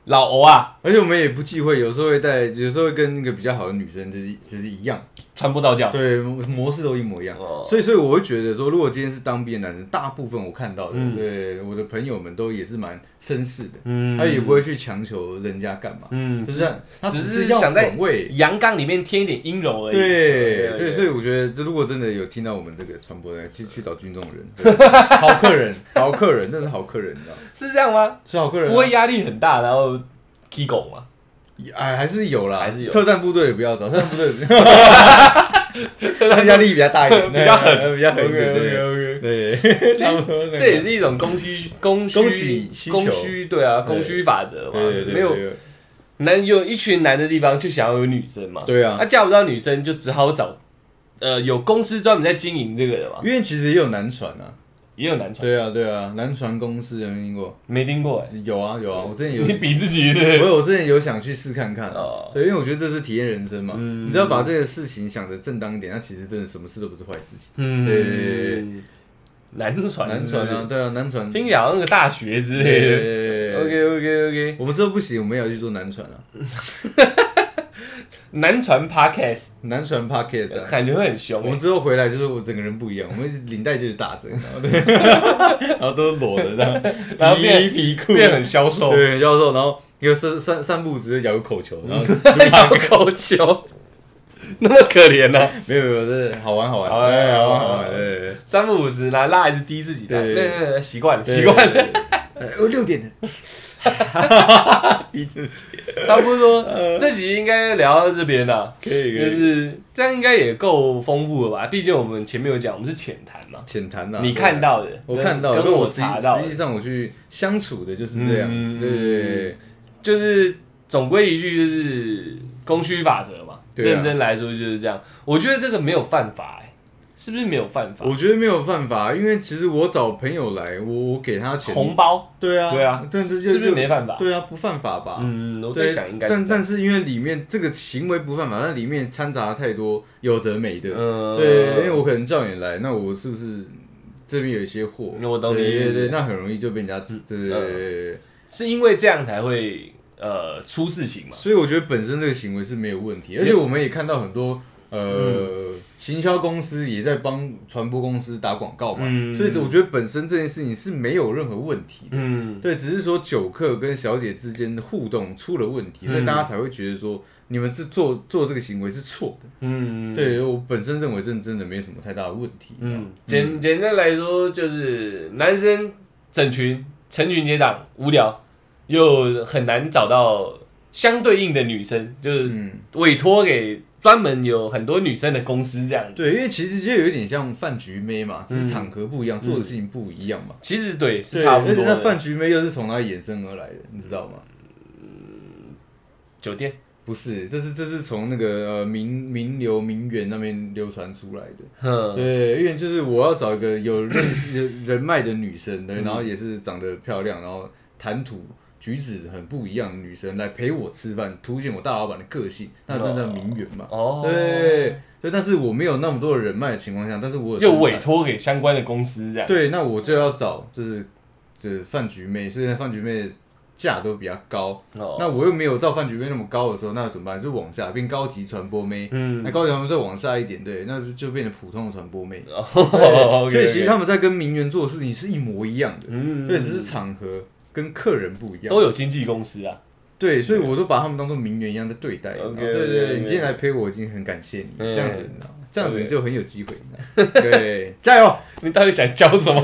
[SPEAKER 1] 老欧啊，
[SPEAKER 2] 而且我们也不忌讳，有时候会带，有时候会跟那个比较好的女生就是就是一样，
[SPEAKER 1] 传播造教。
[SPEAKER 2] 对，模式都一模一样。
[SPEAKER 1] 哦
[SPEAKER 2] 所以所以我会觉得说，如果今天是当兵的男生，大部分我看到的，
[SPEAKER 1] 嗯
[SPEAKER 2] 对我的朋友们都也是蛮绅士的，
[SPEAKER 1] 嗯，
[SPEAKER 2] 他也不会去强求人家干嘛，
[SPEAKER 1] 嗯，
[SPEAKER 2] 就是这样他
[SPEAKER 1] 只
[SPEAKER 2] 是
[SPEAKER 1] 是
[SPEAKER 2] 要
[SPEAKER 1] 想在
[SPEAKER 2] 反胃。
[SPEAKER 1] 阳刚里面添一点阴柔而已。
[SPEAKER 2] 对对，所以我觉得，这如果真的有听到我们这个传播的，去去找军中人，对好客人，好客人，真的是好客人，你知道吗？
[SPEAKER 1] 是这样吗？
[SPEAKER 2] 是好客人啊，
[SPEAKER 1] 不会压力很大，然后 K 狗嘛，
[SPEAKER 2] 哎，还是有啦，
[SPEAKER 1] 还是有
[SPEAKER 2] 特战部队也不要找，特战 部队压力比较大一点，
[SPEAKER 1] 比较狠
[SPEAKER 2] 对比较狠一点，对
[SPEAKER 1] OK。
[SPEAKER 2] 对对，差不多那个。
[SPEAKER 1] 这也是一种供需供需
[SPEAKER 2] 供给需求
[SPEAKER 1] 供需对啊，供需法则嘛。
[SPEAKER 2] 对对对，
[SPEAKER 1] 没有
[SPEAKER 2] 对
[SPEAKER 1] 男有一群男的地方就想要有女生嘛。
[SPEAKER 2] 对啊
[SPEAKER 1] 那、，嫁不到女生就只好找呃有公司专门在经营这个的嘛，
[SPEAKER 2] 因为其实也有男船啊，
[SPEAKER 1] 也有男传，
[SPEAKER 2] 对啊对啊，男船公司有没有听过？
[SPEAKER 1] 没听过哎、
[SPEAKER 2] 有啊有啊，我之前有
[SPEAKER 1] 你，比自己是不是
[SPEAKER 2] 我我之前有想去试看看啊。
[SPEAKER 1] 哦，
[SPEAKER 2] 对，因为我觉得这是体验人生嘛，
[SPEAKER 1] 嗯
[SPEAKER 2] 你只要把这个事情想的正当一点，那其实真的什么事都不是坏事情。
[SPEAKER 1] 嗯，
[SPEAKER 2] 对对对对
[SPEAKER 1] 男传
[SPEAKER 2] 男船啊，，对啊，男船，
[SPEAKER 1] 嗯听起来好像个大学之类的。
[SPEAKER 2] OK，
[SPEAKER 1] OK OK，
[SPEAKER 2] 我们这不行，我们也要去做男船啊。
[SPEAKER 1] 男传 Podcast
[SPEAKER 2] 男船 podcast 啊，
[SPEAKER 1] 感觉会很
[SPEAKER 2] 我
[SPEAKER 1] 凶
[SPEAKER 2] 们
[SPEAKER 1] 欸，
[SPEAKER 2] 之后回来就是我整个人不一样，我们领带就是大整，然后 对然后都是裸的 这样，
[SPEAKER 1] 然后变
[SPEAKER 2] 皮衣皮裤，
[SPEAKER 1] 变很消瘦，
[SPEAKER 2] 对，教授，然后一个散散散步直接咬个口球，
[SPEAKER 1] 嗯
[SPEAKER 2] 然后
[SPEAKER 1] 咬口球，那么可怜呢、啊？
[SPEAKER 2] 没有没有，真的好玩好玩，
[SPEAKER 1] 好玩
[SPEAKER 2] 对好
[SPEAKER 1] 好
[SPEAKER 2] 玩
[SPEAKER 1] 玩
[SPEAKER 2] 好
[SPEAKER 1] 好
[SPEAKER 2] 玩，哎
[SPEAKER 1] 玩
[SPEAKER 2] 对 对
[SPEAKER 1] 三不五十拿蜡还是滴自己的，
[SPEAKER 2] 对
[SPEAKER 1] 对
[SPEAKER 2] 对
[SPEAKER 1] 对对，习惯了，
[SPEAKER 2] 对，
[SPEAKER 1] 习惯了，
[SPEAKER 2] 对。对对哦，六 点的，逼自己，
[SPEAKER 1] 差不多。
[SPEAKER 2] 呃
[SPEAKER 1] 这集应该聊到这边啊了，
[SPEAKER 2] 可以
[SPEAKER 1] 就
[SPEAKER 2] 可以，
[SPEAKER 1] 是这样应该也够丰富了吧？毕竟我们前面有讲，我们是浅谈嘛，
[SPEAKER 2] 浅谈呐，
[SPEAKER 1] 你看到的，
[SPEAKER 2] 啊对。我看到，
[SPEAKER 1] 跟
[SPEAKER 2] 跟我
[SPEAKER 1] 我
[SPEAKER 2] 实
[SPEAKER 1] 查到的
[SPEAKER 2] 实际，上我去相处的就是这样子，
[SPEAKER 1] 嗯
[SPEAKER 2] 对对对
[SPEAKER 1] 就是总归一句就是供需法则嘛。
[SPEAKER 2] 对啊
[SPEAKER 1] 认真来说就是这样，我觉得这个没有犯法、欸，是不是没有犯法？
[SPEAKER 2] 我觉得没有办法，因为其实我找朋友来，我我给他钱，
[SPEAKER 1] 红包，
[SPEAKER 2] 对啊，
[SPEAKER 1] 对啊，
[SPEAKER 2] 但
[SPEAKER 1] 是
[SPEAKER 2] 是
[SPEAKER 1] 是不是没
[SPEAKER 2] 法？
[SPEAKER 1] 犯法？
[SPEAKER 2] 对啊，不犯法吧？
[SPEAKER 1] 嗯，我在
[SPEAKER 2] 对，
[SPEAKER 1] 想应该是
[SPEAKER 2] 但
[SPEAKER 1] 这样，
[SPEAKER 2] 但是因为里面这个行为不犯法，但里面掺杂了太多有的没的。
[SPEAKER 1] 嗯，
[SPEAKER 2] 对，因为我可能叫你来，那我是不是这边有一些货？
[SPEAKER 1] 嗯我懂你
[SPEAKER 2] 对
[SPEAKER 1] 意思嗯
[SPEAKER 2] 对对，那很容易就被人家知。对对对对对
[SPEAKER 1] 是因为这样才会呃出事情嘛。
[SPEAKER 2] 所以我觉得本身这个行为是没有问
[SPEAKER 1] 嗯
[SPEAKER 2] 题，而且我们也看到很多。呃，行销公司也在帮传播公司打广告嘛，
[SPEAKER 1] 嗯
[SPEAKER 2] 所以我觉得本身这件事情是没有任何问题的。
[SPEAKER 1] 嗯，
[SPEAKER 2] 对，只是说酒客跟小姐之间的互动出了问
[SPEAKER 1] 嗯
[SPEAKER 2] 题，所以大家才会觉得说你们这做做这个行为是错的。
[SPEAKER 1] 嗯，
[SPEAKER 2] 对我本身认为这真的没什么太大的问题。
[SPEAKER 1] 嗯，简简单来说就是男生整群成群结党无聊，又很难找到相对应的女生，就是
[SPEAKER 2] 嗯，
[SPEAKER 1] 委托给专门有很多女生的公司这样子。
[SPEAKER 2] 对，因为其实就有点像饭局妹嘛，只是场合不一样，做的事情不一样嘛。
[SPEAKER 1] 其实对嗯是
[SPEAKER 2] 对，
[SPEAKER 1] 差不
[SPEAKER 2] 而
[SPEAKER 1] 多
[SPEAKER 2] 且那饭
[SPEAKER 1] 的。
[SPEAKER 2] 局妹又是从哪里衍生而来的，你知道吗？
[SPEAKER 1] 酒店，
[SPEAKER 2] 不是，这是这是从那个呃名名流名媛那边流传出来的。
[SPEAKER 1] 哼，
[SPEAKER 2] 对，因为就是我要找一个有认识有人脉的女生，
[SPEAKER 1] 嗯
[SPEAKER 2] 对，然后也是长得漂亮，然后谈吐举止很不一样的女生来陪我吃饭，凸显我大老板的个性，那真叫名媛嘛。
[SPEAKER 1] 哦，，
[SPEAKER 2] 对，对，但是我没有那么多人脉的情况下，但是我有
[SPEAKER 1] 又
[SPEAKER 2] 身材
[SPEAKER 1] 委托给相关的公司这样。
[SPEAKER 2] 对，那我就要找就是这饭局妹，所以饭局妹的价都比较高，
[SPEAKER 1] 哦，
[SPEAKER 2] 那我又没有到饭局妹那么高的时候，那怎么办？就往下变高级传播妹，那
[SPEAKER 1] 嗯，
[SPEAKER 2] 高级传播再往下一点，对，那就就变成普通的传播妹。
[SPEAKER 1] 哦
[SPEAKER 2] 对，所以其实
[SPEAKER 1] OK，OK
[SPEAKER 2] 他们在跟名媛做的事情是一模一样的，
[SPEAKER 1] 嗯
[SPEAKER 2] 对，只是场合跟客人不一样
[SPEAKER 1] 都。有经纪公司啊。
[SPEAKER 2] 对，所以我都把他们当做名媛一样在对待。
[SPEAKER 1] OK，
[SPEAKER 2] 对对
[SPEAKER 1] OK，
[SPEAKER 2] 对，
[SPEAKER 1] OK
[SPEAKER 2] 你今天来陪我，已经很感谢你，
[SPEAKER 1] 嗯
[SPEAKER 2] 这样子，你知道吗这样子
[SPEAKER 1] OK
[SPEAKER 2] 你就很有机会。你知道吗对，加油
[SPEAKER 1] 你到底想教 什么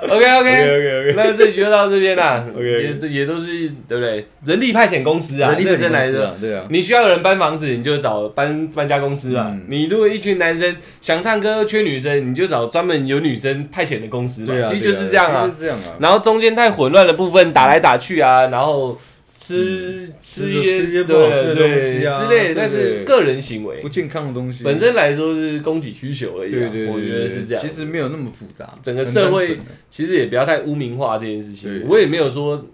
[SPEAKER 1] ？OK OK
[SPEAKER 2] OK
[SPEAKER 1] 那这集就到这边啦。
[SPEAKER 2] OK
[SPEAKER 1] 也也都是对不对？人力派遣公司啊，
[SPEAKER 2] 人力
[SPEAKER 1] 认真
[SPEAKER 2] 本
[SPEAKER 1] 来
[SPEAKER 2] 来
[SPEAKER 1] 说，
[SPEAKER 2] 的，对啊，
[SPEAKER 1] 你需要有人搬房子，你就找搬搬家公司啊。
[SPEAKER 2] 嗯
[SPEAKER 1] 你如果一群男生想唱歌缺女生，你就找专门有女生派遣的公司嘛。
[SPEAKER 2] 对啊，
[SPEAKER 1] 其实
[SPEAKER 2] 对啊
[SPEAKER 1] 就是这样啊。
[SPEAKER 2] 就是这样啊。
[SPEAKER 1] 然后中间太混乱的部分打来打去啊，然后吃吃一
[SPEAKER 2] 嗯吃
[SPEAKER 1] 些
[SPEAKER 2] 一些不好
[SPEAKER 1] 对
[SPEAKER 2] 吃的
[SPEAKER 1] 对
[SPEAKER 2] 东西啊
[SPEAKER 1] 之类的，
[SPEAKER 2] 对
[SPEAKER 1] 但是个人行为
[SPEAKER 2] 不健康的东西，
[SPEAKER 1] 本身来说是供给需求而已
[SPEAKER 2] 对
[SPEAKER 1] 啊。
[SPEAKER 2] 对对对
[SPEAKER 1] 我觉得是这样。
[SPEAKER 2] 其实没有那么复杂，
[SPEAKER 1] 整个
[SPEAKER 2] 很
[SPEAKER 1] 社会
[SPEAKER 2] 单纯的
[SPEAKER 1] 其实也不要太污名化这件事
[SPEAKER 2] 对嗯
[SPEAKER 1] 情。我也没有说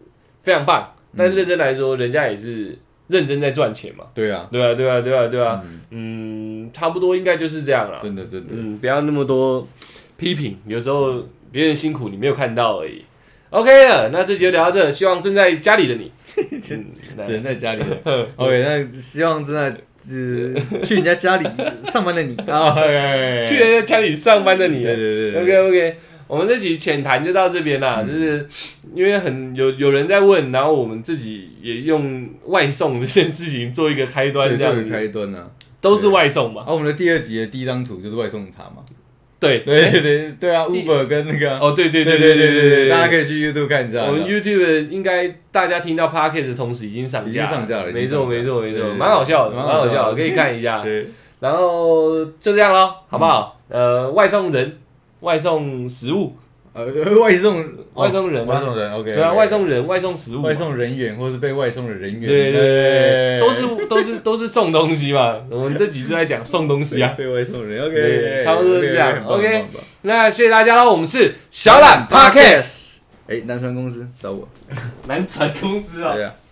[SPEAKER 1] 非常棒，但认真来说，人家也是认真在赚钱嘛。
[SPEAKER 2] 对啊，
[SPEAKER 1] 对啊，对啊，对啊，对啊，嗯，差不多应该就是这样了。
[SPEAKER 2] 真的真 的，
[SPEAKER 1] 嗯，不要那么多批评，有时候别人辛苦你没有看到而已。OK 了，那这集就聊到这，希望正在家里 的你，嗯
[SPEAKER 2] 只能
[SPEAKER 1] 来
[SPEAKER 2] 在家里 了。OK，那哦希望真的呃去人家家里上班 的你啊，
[SPEAKER 1] 去人家家里上班的你
[SPEAKER 2] 对对对对
[SPEAKER 1] OK OK，我们这集浅谈就到这边啦，就是因为很有有人在问，然后我们自己也用外送这件事情做一个开端，
[SPEAKER 2] 对，
[SPEAKER 1] 这
[SPEAKER 2] 这
[SPEAKER 1] 样
[SPEAKER 2] 样
[SPEAKER 1] 子
[SPEAKER 2] 开端啊。
[SPEAKER 1] 都是外送嘛
[SPEAKER 2] 啊，。我们的第二集的第一张图就是外送茶嘛，
[SPEAKER 1] 对，
[SPEAKER 2] 对对对对啊
[SPEAKER 1] 这
[SPEAKER 2] ，Uber 跟那个啊，
[SPEAKER 1] 哦对对
[SPEAKER 2] 对
[SPEAKER 1] 对对
[SPEAKER 2] 对
[SPEAKER 1] 对对，
[SPEAKER 2] 大家可以去 YouTube 看一下。
[SPEAKER 1] 我们 YouTube 应该大家听到 Podcast 的同时已经上架，
[SPEAKER 2] 已经上架了
[SPEAKER 1] 没
[SPEAKER 2] 已经
[SPEAKER 1] 错
[SPEAKER 2] 上架
[SPEAKER 1] 没错
[SPEAKER 2] 对
[SPEAKER 1] 没
[SPEAKER 2] 对
[SPEAKER 1] 错，
[SPEAKER 2] 对
[SPEAKER 1] 蛮好笑的，蛮
[SPEAKER 2] 蛮
[SPEAKER 1] 好
[SPEAKER 2] 好
[SPEAKER 1] 笑
[SPEAKER 2] 笑
[SPEAKER 1] 的，
[SPEAKER 2] 的
[SPEAKER 1] 可以看一下。
[SPEAKER 2] 对，
[SPEAKER 1] 然后就这样咯，好不好？呃，外送人，外送食物，
[SPEAKER 2] 呃，外送
[SPEAKER 1] 外送人啊
[SPEAKER 2] 外送人，OK，
[SPEAKER 1] 对啊，外送人，外送食物嘛，
[SPEAKER 2] 外送人员或是被外送的人员，
[SPEAKER 1] 对对对，都是都是都是送东西 嘛。我们这集就在讲送东西啊。
[SPEAKER 2] 被外送人
[SPEAKER 1] 对
[SPEAKER 2] ，OK，
[SPEAKER 1] 差不多是这样
[SPEAKER 2] 很棒
[SPEAKER 1] OK
[SPEAKER 2] 很棒很棒
[SPEAKER 1] 那谢谢大家喽，我们是小懒 Podcast
[SPEAKER 2] Podcast 哎，南川公司找我，
[SPEAKER 1] 南传公司啊。
[SPEAKER 2] 对啊。